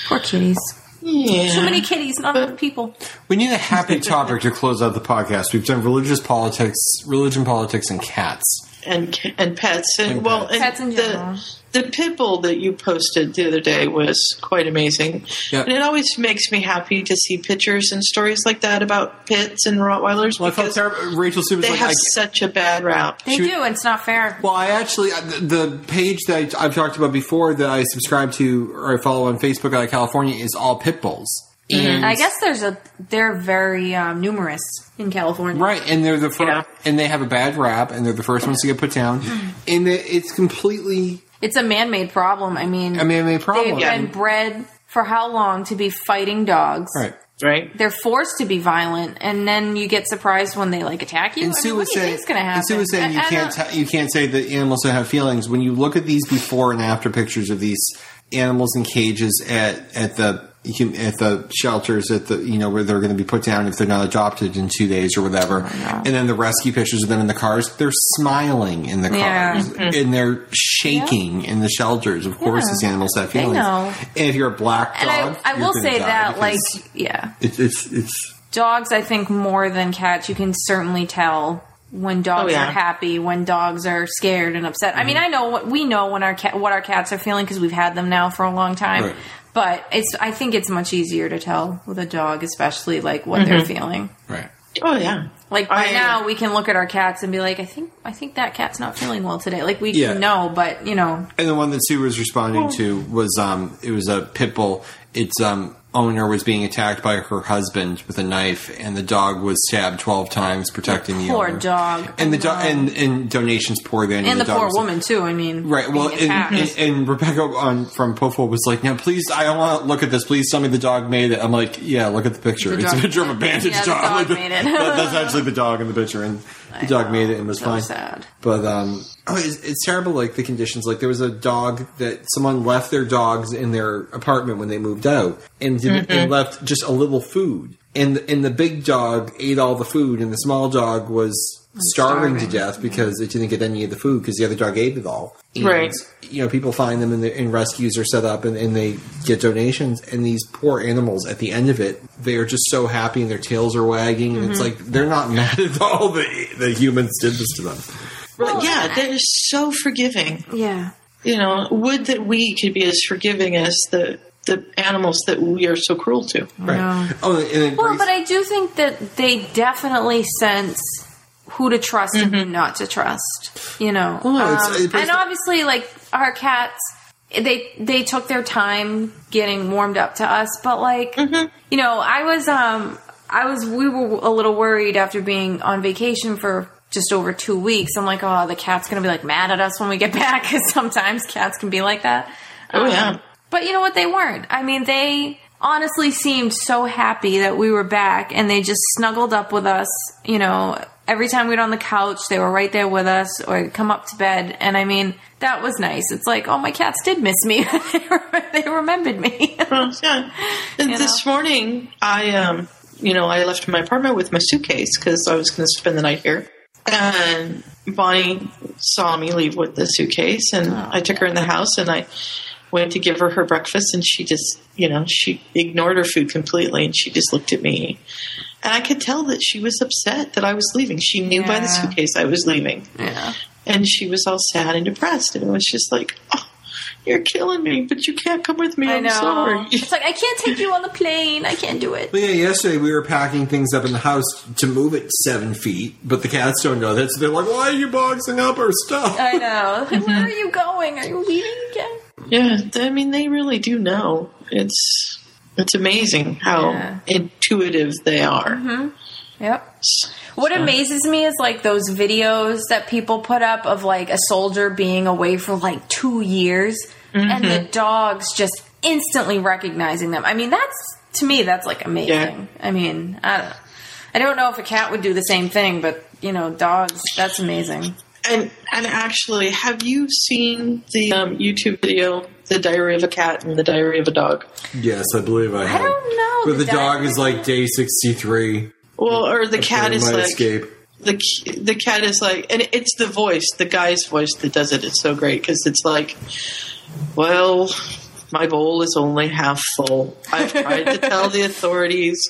S2: poor kitties. Too
S3: Yeah.
S2: many kitties, not enough people.
S9: We need a happy topic to close out the podcast. We've done religious politics, religion, politics, and cats.
S3: And and pets and,
S9: And
S3: well
S9: pets.
S3: and
S2: Pets in general.
S3: the the pit bull that you posted the other day was quite amazing.
S9: Yeah.
S3: And it always makes me happy to see pictures and stories like that about pits and Rottweilers
S9: Well, I felt
S3: because
S9: terrible. Rachel Sue was
S3: they
S9: like,
S3: have
S9: I,
S3: such a bad rap.
S2: They do, and it's not fair.
S9: well, I actually I- the the page that I've talked about before that I subscribe to or I follow on Facebook out of California is all pit bulls. And
S2: I guess there's a they're very um, numerous in California.
S9: Right, and they're the first,
S3: Yeah.
S9: and they have a bad rap, and they're the first ones to get put down, and it, it's completely
S2: It's a man-made problem. I mean,
S9: a man-made
S2: they've
S9: problem.
S2: been bred for how long to be fighting dogs?
S9: Right.
S3: Right?
S2: they're forced to be violent, and then you get surprised when they like attack you.
S9: And
S2: I
S9: Sue
S2: mean, what
S9: was
S2: do you
S9: saying,
S2: think's going to happen?
S9: and Sue was saying you
S2: I- I
S9: can't
S2: don't-
S9: t- you can't say that animals don't have feelings. When you look at these before and after pictures of these animals in cages at at the you can- at the shelters at the you know where they're going to be put down if they're not adopted in two days or whatever,
S2: Oh,
S9: and then the rescue pictures of them in the cars, they're smiling in the cars
S2: Yeah. Mm-hmm.
S9: and they're shaking in the shelters. Of course, these animals have feelings.
S2: know.
S9: And if you're a black dog,
S2: and I, I
S9: you're
S2: will
S9: gonna
S2: say
S9: die
S2: that,
S9: because
S2: like, yeah,
S9: it's it's it's
S2: dogs. I think more than cats, you can certainly tell when dogs
S3: Oh, yeah.
S2: are happy, when dogs are scared and upset.
S9: Mm-hmm.
S2: I mean, I know what we know when our cat, what our cats are feeling because we've had them now for a long time.
S9: Right.
S2: But it's, I think it's much easier to tell with a dog, especially like what they're
S9: Mm-hmm.
S2: feeling.
S9: right.
S3: Oh yeah.
S2: Like by
S3: I-
S2: now, we can look at our cats and be like, I think I think that cat's not feeling well today. Like we
S9: Yeah.
S2: know, but you know,
S9: And the one that Sue was responding
S2: Oh.
S9: to was um it was a pit bull. Its um owner was being attacked by her husband with a knife and the dog was stabbed 12 times protecting the
S2: Poor
S9: owner.
S2: dog.
S9: And the do- and and donations poured in
S2: and the,
S9: dog
S2: poor
S9: was-
S2: woman too. I mean,
S9: Right. Well,
S2: being
S9: and,
S2: attacked.
S9: and, and Rebecca on from Pofo was like, "Now, please, I don't want to look at this. Please tell me the dog made it." I'm like, "Yeah, look at the picture.
S2: The
S9: it's a
S2: dog-
S9: picture of a bandaged
S2: Yeah, the
S9: dog.
S2: dog
S9: Like,
S2: made it.
S9: that- that's actually the dog in the picture, and the dog made it and was
S2: So
S9: fine.
S2: sad.
S9: But um, oh, it's, it's terrible. Like the conditions. Like there was a dog that someone left their dogs in their apartment when they moved out, and, didn't, and left just a little food. And and the big dog ate all the food, and the small dog was starving, to
S2: starving.
S9: death because it didn't get any of the food because the other dog ate it all. And,
S3: Right.
S9: You know, people find them and, the, and rescues are set up and, and they get donations. And these poor animals, at the end of it, they are just so happy and their tails are wagging. And it's like they're not mad at all that the humans did this to them.
S3: But yeah, they're so forgiving.
S2: yeah,
S3: You know, would that we could be as forgiving as the the animals that we are so cruel to.
S9: Right. Oh, and then
S2: Well,
S9: Grace-
S2: but I do think that they definitely sense who to trust and who not to trust. You know,
S9: Mm-hmm. Well, it's-
S2: Um,
S9: it brings-
S2: and obviously, like our cats, they they took their time getting warmed up to us. But like,
S9: Mm-hmm.
S2: you know, I was um, I was we were a little worried after being on vacation for. Just over two weeks, I'm like, oh, the cat's gonna be like mad at us when we get back because sometimes cats can be like that.
S3: Oh yeah.
S2: But you know what? They weren't. I mean, they honestly seemed so happy that we were back and they just snuggled up with us. You know, every time we'd on the couch, they were right there with us or come up to bed. And I mean, that was nice. It's like, oh, my cats did miss me. They re- they remembered me.
S3: Well, yeah. And
S2: You
S3: this morning, I um, you know, I left my apartment with my suitcase because I was going to spend the night here. And Bonnie saw me leave with the suitcase, and
S2: Oh,
S3: I took her in the house, and I went to give her her breakfast, and she just, you know, she ignored her food completely, and she just looked at me, and I could tell that she was upset that I was leaving. She knew by the
S2: Yeah.
S3: suitcase I was leaving
S2: yeah.
S3: and she was all sad and depressed and it was just like oh you're killing me but you can't come with me
S2: I
S3: i'm
S2: know.
S3: sorry
S2: It's like, I can't take you on the plane. I can't do it.
S9: But yeah, yesterday we were packing things up in the house to move it seven feet, but the cats don't know that, so they're like, "Why are you boxing up our stuff?"
S2: I know. Like, Where are you going? Are you leaving again?
S3: yeah i mean they really do know it's it's amazing how
S2: Yeah.
S3: intuitive they are
S2: Yep. What amazes me is like those videos that people put up of like a soldier being away for like two years and
S3: Mm-hmm.
S2: the dogs just instantly recognizing them. I mean, that's to me, that's like amazing. I mean, I don't, I don't know if a cat would do the same thing, but you know, dogs, that's amazing.
S3: And and actually, have you seen the um, YouTube video, "The Diary of a Cat and the Diary of a Dog"?
S9: Yes, I believe I have.
S2: don't know,
S9: But the,
S2: the
S9: dog
S2: dog-
S9: is like day 63.
S3: Well, or the cat
S9: They
S3: is
S9: might
S3: like
S9: escape.
S3: the c- the cat is like, and it's the voice, the guy's voice that does it. It's so great because it's like, well, my bowl is only half full. I've tried to tell the authorities,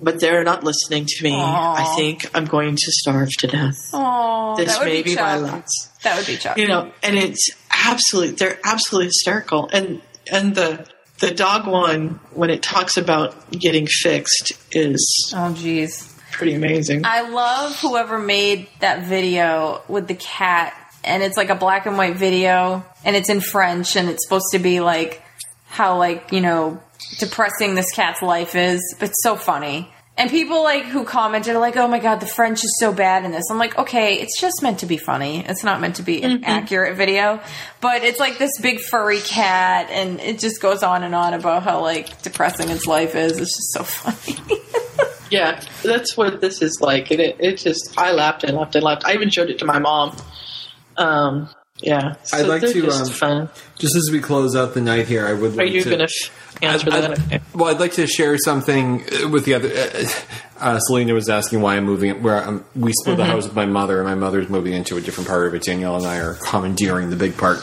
S3: but they're not listening to me. I
S2: Aw.
S3: think I'm going to starve to death.
S2: Oh,
S3: this
S2: that would
S3: may
S2: be,
S3: be my
S2: Chuck.
S3: last
S2: That would be Chuck.
S3: you know and it's absolutely they're absolutely hysterical and and the the dog one when it talks about getting fixed is
S2: Oh, jeez.
S3: pretty amazing
S2: I love whoever made that video with the cat, and it's like a black and white video, and it's in French, and it's supposed to be like how like you know depressing this cat's life is, but it's so funny. And people like who commented are like, "Oh my god, the French is so bad in this." I'm like, "Okay, it's just meant to be funny. It's not meant to be an accurate video." But it's like this big furry cat, and it just goes on and on about how like depressing its life is. It's just so funny.
S3: yeah that's what this is like and it, it just i laughed and laughed and laughed i even showed it to my mom um yeah so
S9: I'd like
S3: they're
S9: to,
S3: just
S9: um,
S3: fun
S9: Just as we close out the night here, I would
S3: are
S9: like
S3: you
S9: to.
S3: gonna f- answer that
S9: I'd- well, I'd like to share something uh, with the other. uh, Uh, Selena was asking why I'm moving. Where I'm, we split the house with my mother, and my mother's moving into a different part of it. Danielle and I are commandeering the big part.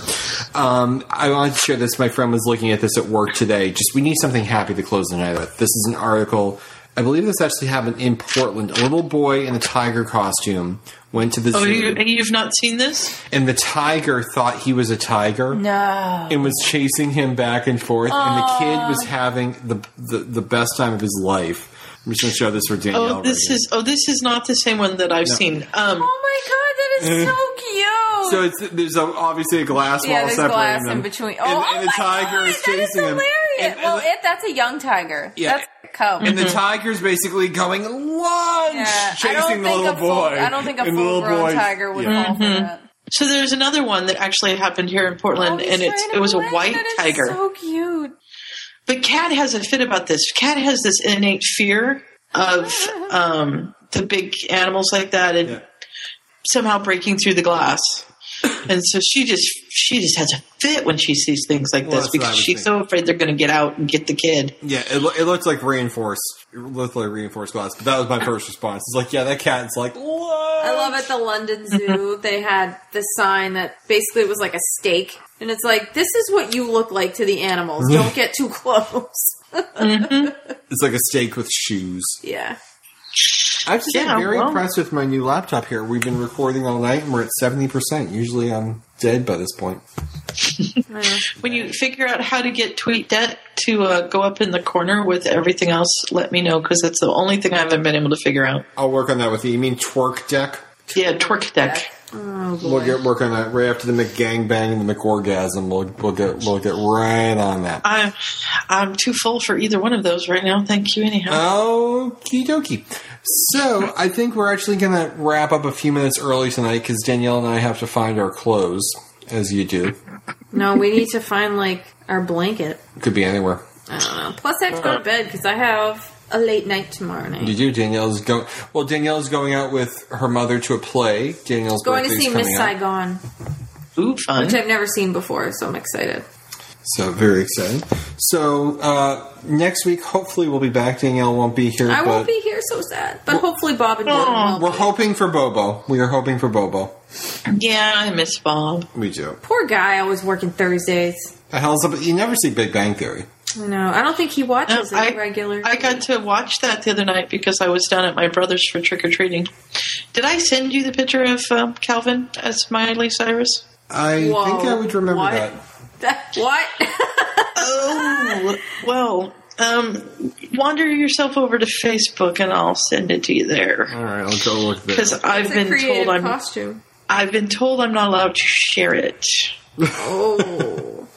S9: Um, I wanted to share this. My friend was looking at this at work today. Just we need something happy to close the night with. This is an article. I believe this actually happened in Portland. A little boy in a tiger costume went to the
S3: oh
S9: zoo,
S3: you, you've not seen this
S9: and the tiger thought he was a tiger
S2: no.
S9: and was chasing him back and forth, and the kid was having the, the the best time of his life. I'm just gonna show this for Danielle.
S3: oh
S9: right
S3: this
S9: here.
S3: is oh this is not the same one that i've seen um
S2: Oh my god, that is so cute.
S9: so it's there's a, obviously a glass
S2: yeah,
S9: wall
S2: there's
S9: separating
S2: glass
S9: them
S2: in between. Oh,
S9: and,
S2: oh
S9: and the
S2: my
S9: tiger
S2: god,
S9: is
S2: that
S9: chasing
S2: is
S9: him.
S2: hilarious.
S9: And- and
S2: well,
S9: the-
S2: if that's a young tiger,
S9: Yeah.
S2: that's cope.
S9: and the tiger's basically going lunge,
S2: Yeah, I don't
S9: chasing the
S2: think
S9: little
S2: a full-
S9: boy.
S2: I don't think a
S9: And the little
S2: full-grown
S9: boy's-
S2: tiger would
S9: yeah.
S2: fall for that.
S3: So there's another one that actually happened here in Portland,
S2: Oh,
S3: Mm-hmm. and
S2: he's
S3: it's
S2: trying
S3: it
S2: to
S3: was a
S2: blend.
S3: white
S2: That is
S3: tiger.
S2: So cute.
S3: but Cat has a fit about this. Cat has this innate fear of um, the big animals like that, and
S9: Yeah.
S3: somehow breaking through the glass. and so she just she just has a fit when she sees things like
S9: Well,
S3: this
S9: that's what I
S3: because
S9: was
S3: she's so afraid they're going to get out and get the kid.
S9: Yeah, it, lo- it looked like reinforced. It looked like reinforced glass, but that was my first response. It's like, yeah, that cat's like,
S2: I love at the London
S3: Mm-hmm.
S2: Zoo, they had this sign that basically was like a stake. And it's like, this is what you look like to the animals. Don't get too close.
S9: it's like a steak with shoes.
S2: yeah.
S9: I have to say,
S3: Yeah,
S9: I'm very
S3: well-
S9: impressed with my new laptop here. We've been recording all night and we're at 70%. Usually I'm dead by this point.
S3: When you figure out how to get TweetDeck to uh, go up in the corner with everything else, let me know because that's the only thing I haven't been able to figure out.
S9: I'll work on that with you. You mean twerk deck?
S3: Yeah, Twerk Deck.
S9: We'll get work on that right after the McGangbang and the McOrgasm. We'll, we'll get we'll get right on that.
S3: I'm I'm too full for either one of those right now. Thank you anyhow.
S9: Uh, Okie dokie. So I think we're actually going to wrap up a few minutes early tonight because Danielle and I have to find our clothes, as you do.
S2: No, we need to find like our blanket.
S9: Could be anywhere.
S2: I don't know. Plus, I have to go to bed because I have a late night tomorrow night.
S9: You do. Danielle's going. Well, Danielle's going out with her mother to a play. Danielle's
S2: going to
S9: birthday's
S2: see
S9: coming
S2: Miss
S9: up.
S2: Saigon,
S3: Ooh, fun.
S2: which I've never seen before, so I'm excited.
S9: So very exciting. So uh, next week, hopefully, we'll be back. Danielle won't be here,
S2: I
S9: but
S2: won't be here, so sad. But hopefully, Bob and Jordan will.
S9: we're hoping for Bobo. We are hoping for Bobo.
S3: Yeah, I miss Bob.
S9: We do.
S2: Poor guy, always working Thursdays.
S9: The hell's up? You never see Big Bang Theory.
S2: I know. I don't think he watches
S3: No, I-
S2: it regular.
S3: I got to watch that the other night because I was down at my brother's for trick or treating. Did I send you the picture of um, Calvin as Miley Cyrus?
S9: I
S2: Whoa,
S9: think I would remember
S2: what?
S9: that.
S2: what?
S3: Oh, well, um, wander yourself over to Facebook and I'll send it to you there.
S9: All right, I'll go look at
S3: Because
S9: this.
S3: I've
S2: it's a
S3: been
S2: creative
S3: told I'm
S2: costume.
S3: I've been told I'm not allowed to share it.
S2: Oh.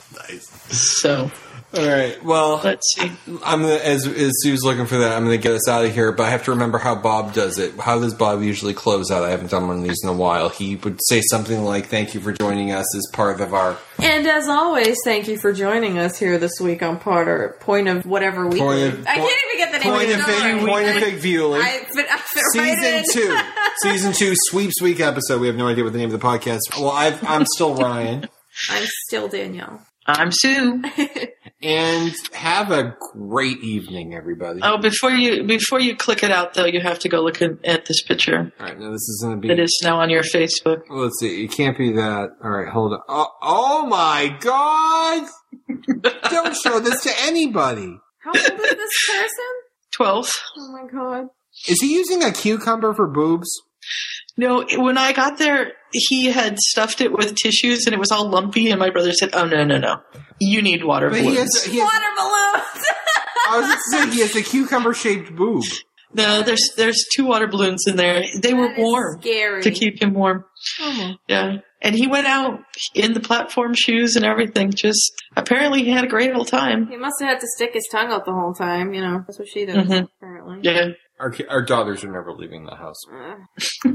S3: So
S9: All right. Well,
S3: Let's see.
S9: I'm gonna, as as Sue's looking for that, I'm going to get us out of here. But I have to remember how Bob does it. How does Bob usually close out? I haven't done one of these in a while. He would say something like, "Thank you for joining us" as part of our
S10: And as always, thank you for joining us here this week on part or point of whatever week.
S9: point of
S2: I can't even get the name
S9: point
S2: of
S9: of
S2: the
S9: fig,
S2: show.
S9: point of fig viewing.
S2: I fit, I fit right
S9: Season
S2: in.
S9: two, season two sweeps week episode. We have no idea what the name of the podcast. Well, I've, I'm still Ryan,
S2: I'm still Danielle.
S3: I'm Sue.
S9: and have a great evening, everybody.
S3: Oh, before you before you click it out though, you have to go look at, at this picture
S9: All right, now this is going to be.
S3: that is now on your Facebook.
S9: Well, Let's see. It can't be that. All right, hold on. Oh, oh my god! Don't show this to anybody.
S2: How old is this person?
S3: Twelve.
S2: Oh my god.
S9: Is he using a cucumber for boobs?
S3: No, when I got there, he had stuffed it with tissues and it was all lumpy. And my brother said, "Oh no, no, no! You need water
S9: But he has.
S3: balloons."
S9: He has
S2: Water balloons!
S9: I was just saying he has a cucumber shaped boob.
S3: No, there's there's two water balloons in there. They were
S2: That is
S3: warm
S2: Scary.
S3: to keep him warm. Yeah, and he went out in the platform shoes and everything. Just apparently, he had a great old time.
S2: He must have had to stick his tongue out the whole time, you know. That's what she does,
S3: Mhm.
S2: apparently.
S3: Yeah.
S9: Our ki- our daughters are never leaving the house.
S2: Uh,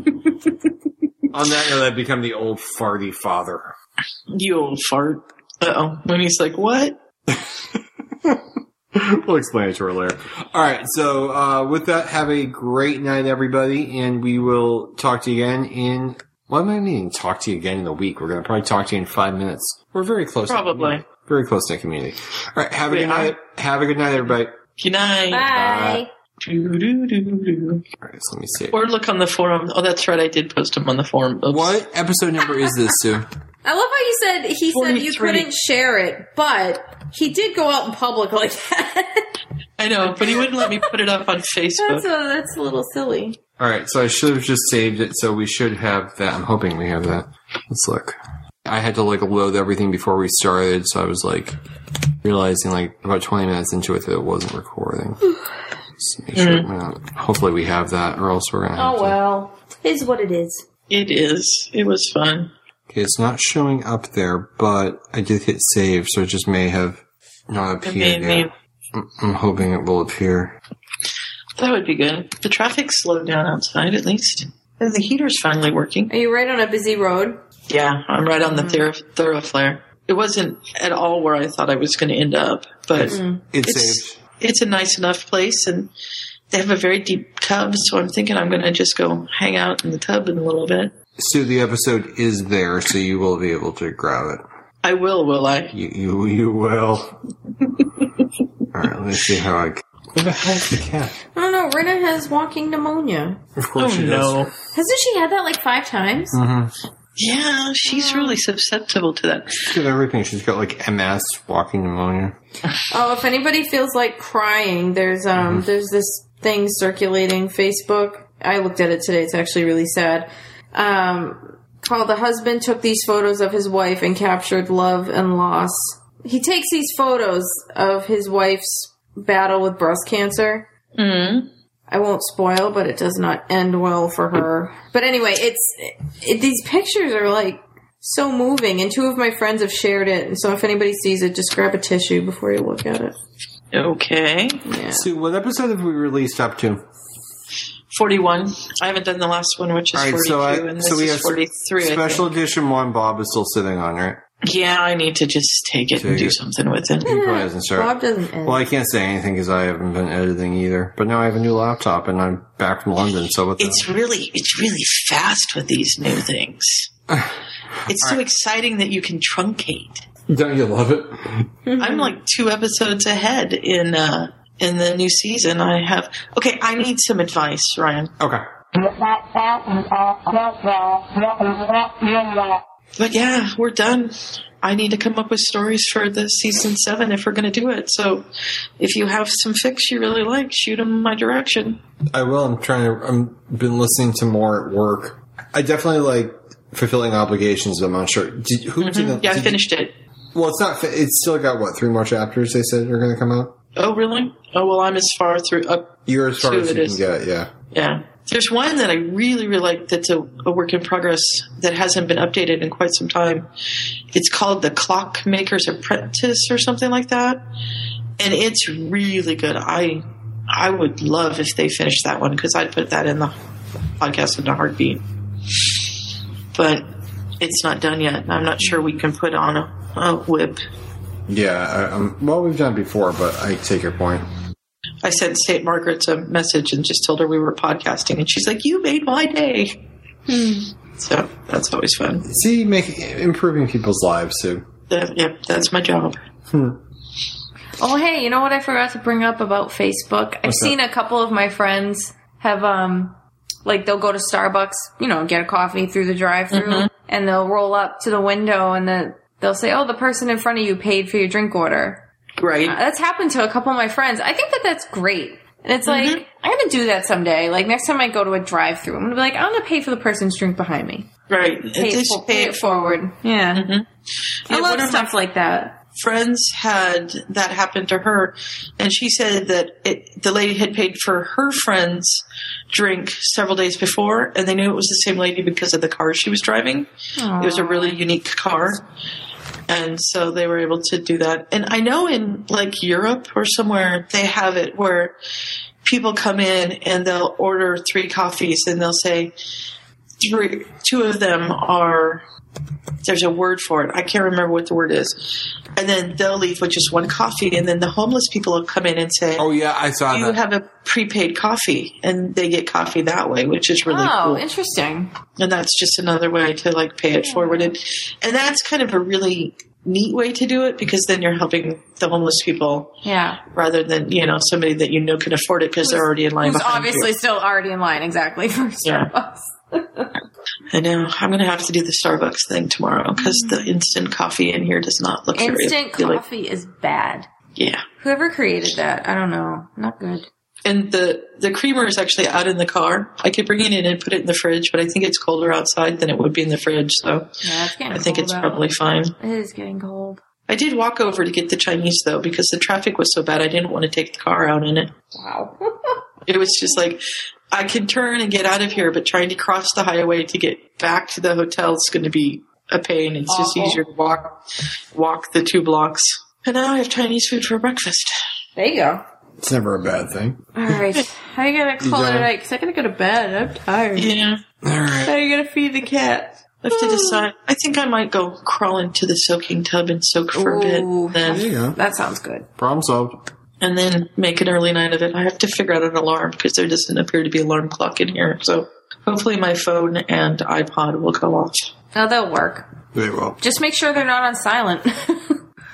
S9: On that note, I've become the old farty father.
S3: You old fart. Uh oh. When he's like, what?
S9: we'll explain it to her later. All right. So uh, with that, have a great night, everybody, and we will talk to you again in. What am I meaning? Talk to you again in a week. We're going to probably talk to you in five minutes. We're very close. to
S3: Probably.
S9: community. very close to community. All right. Have a
S3: We
S9: good night. Have a good night, everybody.
S3: Good night.
S2: Ah. bye.
S3: Doo, doo, doo, doo.
S9: All right. So let me see.
S3: Or look on the forum. Oh, that's right. I did post him on the forum. Oops.
S9: What episode number is this, Sue?
S2: I love how you said he said you
S3: 43.
S2: couldn't share it, but he did go out in public like that.
S3: I know, but he wouldn't let me put it up on
S2: that's, a,
S3: Facebook.
S2: that's a little silly.
S9: All right. So I should have just saved it. So we should have that. I'm hoping we have that. Let's look. I had to like load everything before we started, so I was like realizing like about 20 minutes into it that it wasn't recording. Just make sure it went out. Hopefully we have that, or else we're gonna. Have
S2: Oh well, is what it is.
S3: It is. It was fun.
S9: To. Okay, it's not showing up there, but I did hit save, so it just may have not
S3: It made
S9: appeared
S3: me-
S9: yet. I'm- I'm hoping it will appear.
S3: That would be good. The traffic slowed down outside, at least. And the heater's finally working.
S2: Are you right on a busy road?
S3: Yeah, I'm right
S9: Mm-hmm.
S3: on the thorough- thoroughfare. It wasn't at all where I thought I was going to end up, but
S9: It's,
S3: It's-
S9: saved.
S3: it's a nice enough place and they have a very deep tub, so I'm thinking I'm going to just go hang out in the tub in a little bit.
S9: Sue, the episode is there, so you will be able to grab it.
S3: I will, will I?
S9: You, you, you will. All right, let me see how I. Where the hell's the cat?
S2: I don't know. Rena has walking pneumonia.
S9: Of course
S3: Oh
S9: she
S3: no.
S2: Hasn't she had that like five times?
S3: Yeah, she's really susceptible to that.
S9: She's got everything. She's got like MS, walking pneumonia.
S2: Oh, if anybody feels like crying, there's um there's this thing circulating Facebook. I looked at it today. It's actually really sad. Um, called the husband took these photos of his wife and captured love and loss. He takes these photos of his wife's battle with breast cancer.
S3: Mm.
S2: I won't spoil, but it does not end well for her. But anyway, it's it, these pictures are like so moving, and two of my friends have shared it. And so, if anybody sees it, just grab a tissue before you look at it.
S3: Okay.
S2: Yeah.
S9: Sue, what episode have we released up to?
S3: 41. I haven't done the last one, which is
S9: All right,
S3: 42,
S9: so I-
S3: and this
S9: so we
S3: is
S9: have
S3: 43. I think.
S9: Special edition one. Bob is still sitting on, right?
S3: Yeah, I need to just take it and
S9: Take
S3: do
S9: it.
S3: something with it.
S9: He probably hasn't
S2: Bob
S9: started.
S2: doesn't end.
S9: Well, I can't say anything because I haven't been editing either. But now I have a new laptop and I'm back from London. So what? The-
S3: It's really, it's really fast with these new things. It's so exciting that you can truncate.
S9: Don't you love it?
S3: I'm like two episodes ahead in uh, in the new season. I have okay. I need some advice, Ryan.
S9: Okay.
S3: But yeah, we're done. I need to come up with stories for the season seven if we're going to do it. So, if you have some fix you really like, shoot them my direction.
S9: I will. I'm trying to. I'm been listening to more at work. I definitely like fulfilling obligations. But I'm not sure. Did, who did the,
S3: Mm-hmm. Yeah, I
S9: did-
S3: finished it.
S9: Well, it's not. fi- It's still got what three more chapters? They said are going to come out.
S3: Oh, really? Oh, well, I'm as far through up.
S9: You're as far
S3: Two
S9: as
S3: it
S9: you
S3: is.
S9: can get. Yeah.
S3: Yeah. There's one that I really, really like that's a, a work in progress that hasn't been updated in quite some time. It's called The Clockmaker's Apprentice or something like that. And it's really good. I I would love if they finished that one because I'd put that in the podcast in a heartbeat. But it's not done yet. and I'm not sure we can put on a, a whip.
S9: Yeah, I, um, well, we've done it before, but I take your point.
S3: I sent St. Margaret's a message and just told her we were podcasting, and she's like, "You made my day." so that's always fun.
S9: See, make improving people's lives too.
S3: That, yep, that's my job.
S2: Oh, hey, you know what I forgot to bring up about Facebook? I've seen a couple of my friends have, um, like they'll go to Starbucks, you know, get a coffee through the drive-through, and they'll roll up to the window and the, they'll say, "Oh, the person in front of you paid for your drink order."
S3: Right?
S2: That's happened to a couple of my friends. I think that that's great. And it's like, I'm gonna do that someday. Like next time I go to a drive-through, I'm gonna be like, I'm gonna pay for the person's drink behind me.
S3: right.
S2: Pay,
S3: They
S2: it,
S3: should
S2: for- pay it forward. Yeah.
S3: Mm-hmm.
S2: I
S3: Yeah,
S2: love
S3: one of my-
S2: stuff like that.
S3: friends had that happen to her, and she said that it, the lady had paid for her friend's drink several days before, and they knew it was the same lady because of the car she was driving. It was a really unique car. And so they were able to do that. And I know in like Europe or somewhere, they have it where people come in and they'll order three coffees and they'll say, three, two of them are there's a word for it. I can't remember what the word is. And then they'll leave with just one coffee, and then the homeless people will come in and say,
S1: Oh yeah, I saw
S3: "You
S2: Uh-huh.
S1: that.
S3: have a prepaid coffee," and they get coffee that way, which is really
S2: oh,
S3: cool.
S2: interesting.
S3: And that's just another way to like pay it forward, and and that's kind of a really neat way to do it because then you're helping the homeless people
S2: Yeah.
S3: rather than you know somebody that you know can afford it because they're already in line
S2: Who's
S3: behind
S2: obviously still already in line, exactly, for
S3: Yeah.
S2: Starbucks.
S3: you. I know I'm going to have to do the Starbucks thing tomorrow because the instant coffee in here does not look very
S2: Mm-hmm. Instant
S3: appealing.
S2: coffee is bad.
S3: Yeah.
S2: Whoever created that, I don't know. Not good.
S3: And the the creamer is actually out in the car. I could bring it in and put it in the fridge, but I think it's colder outside than it would be in the fridge, so
S2: Yeah, it's getting
S3: I think
S2: cold
S3: it's
S2: out.
S3: probably fine.
S2: It is getting cold.
S3: I did walk over to get the Chinese though because the traffic was so bad. I didn't want to take the car out in it.
S2: Wow.
S3: It was just like I can turn and get out of here, but trying to cross the highway to get back to the hotel is going to be a pain. It's just
S2: Awful.
S3: easier to walk walk the two blocks. And now I have Chinese food for breakfast.
S8: There you go.
S9: It's never a bad thing.
S2: All right. I gotta call it
S9: done?
S2: a night because I gotta go to bed. I'm tired.
S3: Yeah.
S8: I gotta feed the cat.
S3: I have to decide. I think I might go crawl into the soaking tub and soak for a
S2: Ooh.
S3: bit,
S9: There
S3: then,
S9: you go.
S2: That sounds good.
S9: Problem solved.
S3: and then make an early night of it. I have to figure out an alarm because there doesn't appear to be alarm clock in here. So hopefully my phone and iPod will go off.
S2: No, they'll work.
S9: They will.
S2: Just make sure they're not on silent.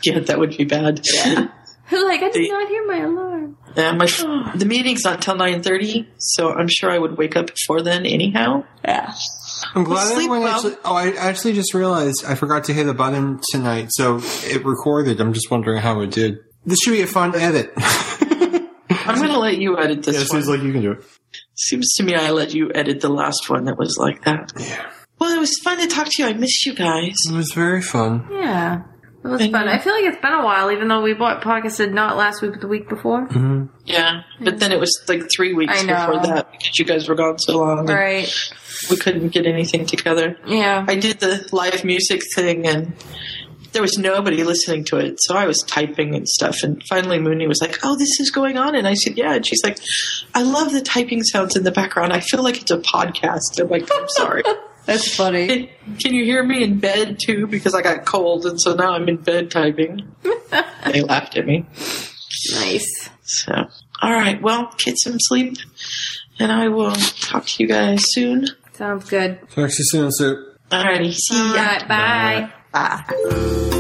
S3: Yeah, that would be bad. Yeah,
S2: Who like I did
S3: They-
S2: not hear my alarm.
S3: my f- the meeting's not till nine thirty, so I'm sure I would wake up before then anyhow.
S2: Yeah.
S1: I'm glad
S3: Sleep
S1: everyone
S3: well.
S1: actually. Oh, I actually just realized I forgot to hit a button tonight, so it recorded. I'm just wondering how it did. This should be a fun edit.
S3: I'm going to let you edit this
S9: Yeah,
S3: one.
S9: it seems like you can do it.
S3: Seems to me I let you edit the last one that was like that. Yeah. Well, it was fun to talk to you. I miss you guys.
S1: It was very fun.
S2: Yeah. It was fun. I feel like it's been a while, even though we bought podcasted not last week but the week before.
S3: Yeah, but then it was like three weeks
S2: I know.
S3: before that because you guys were gone so long. and
S2: Right.
S3: We couldn't get anything together.
S2: Yeah.
S3: I did the live music thing and there was nobody listening to it. So I was typing and stuff. And finally, Mooney was like, Oh, this is going on. And I said, Yeah. And she's like, I love the typing sounds in the background. I feel like it's a podcast. I'm like, I'm sorry.
S8: That's funny.
S3: Can you hear me in bed too? Because I got cold. And so now I'm in bed typing. they laughed at me.
S2: Nice.
S3: So, all right. Well, get some sleep, and I will talk to you guys soon.
S2: Sounds good.
S1: Talk to you soon, Sue.
S3: All righty. See ya.
S2: All right. Bye.
S3: Bye.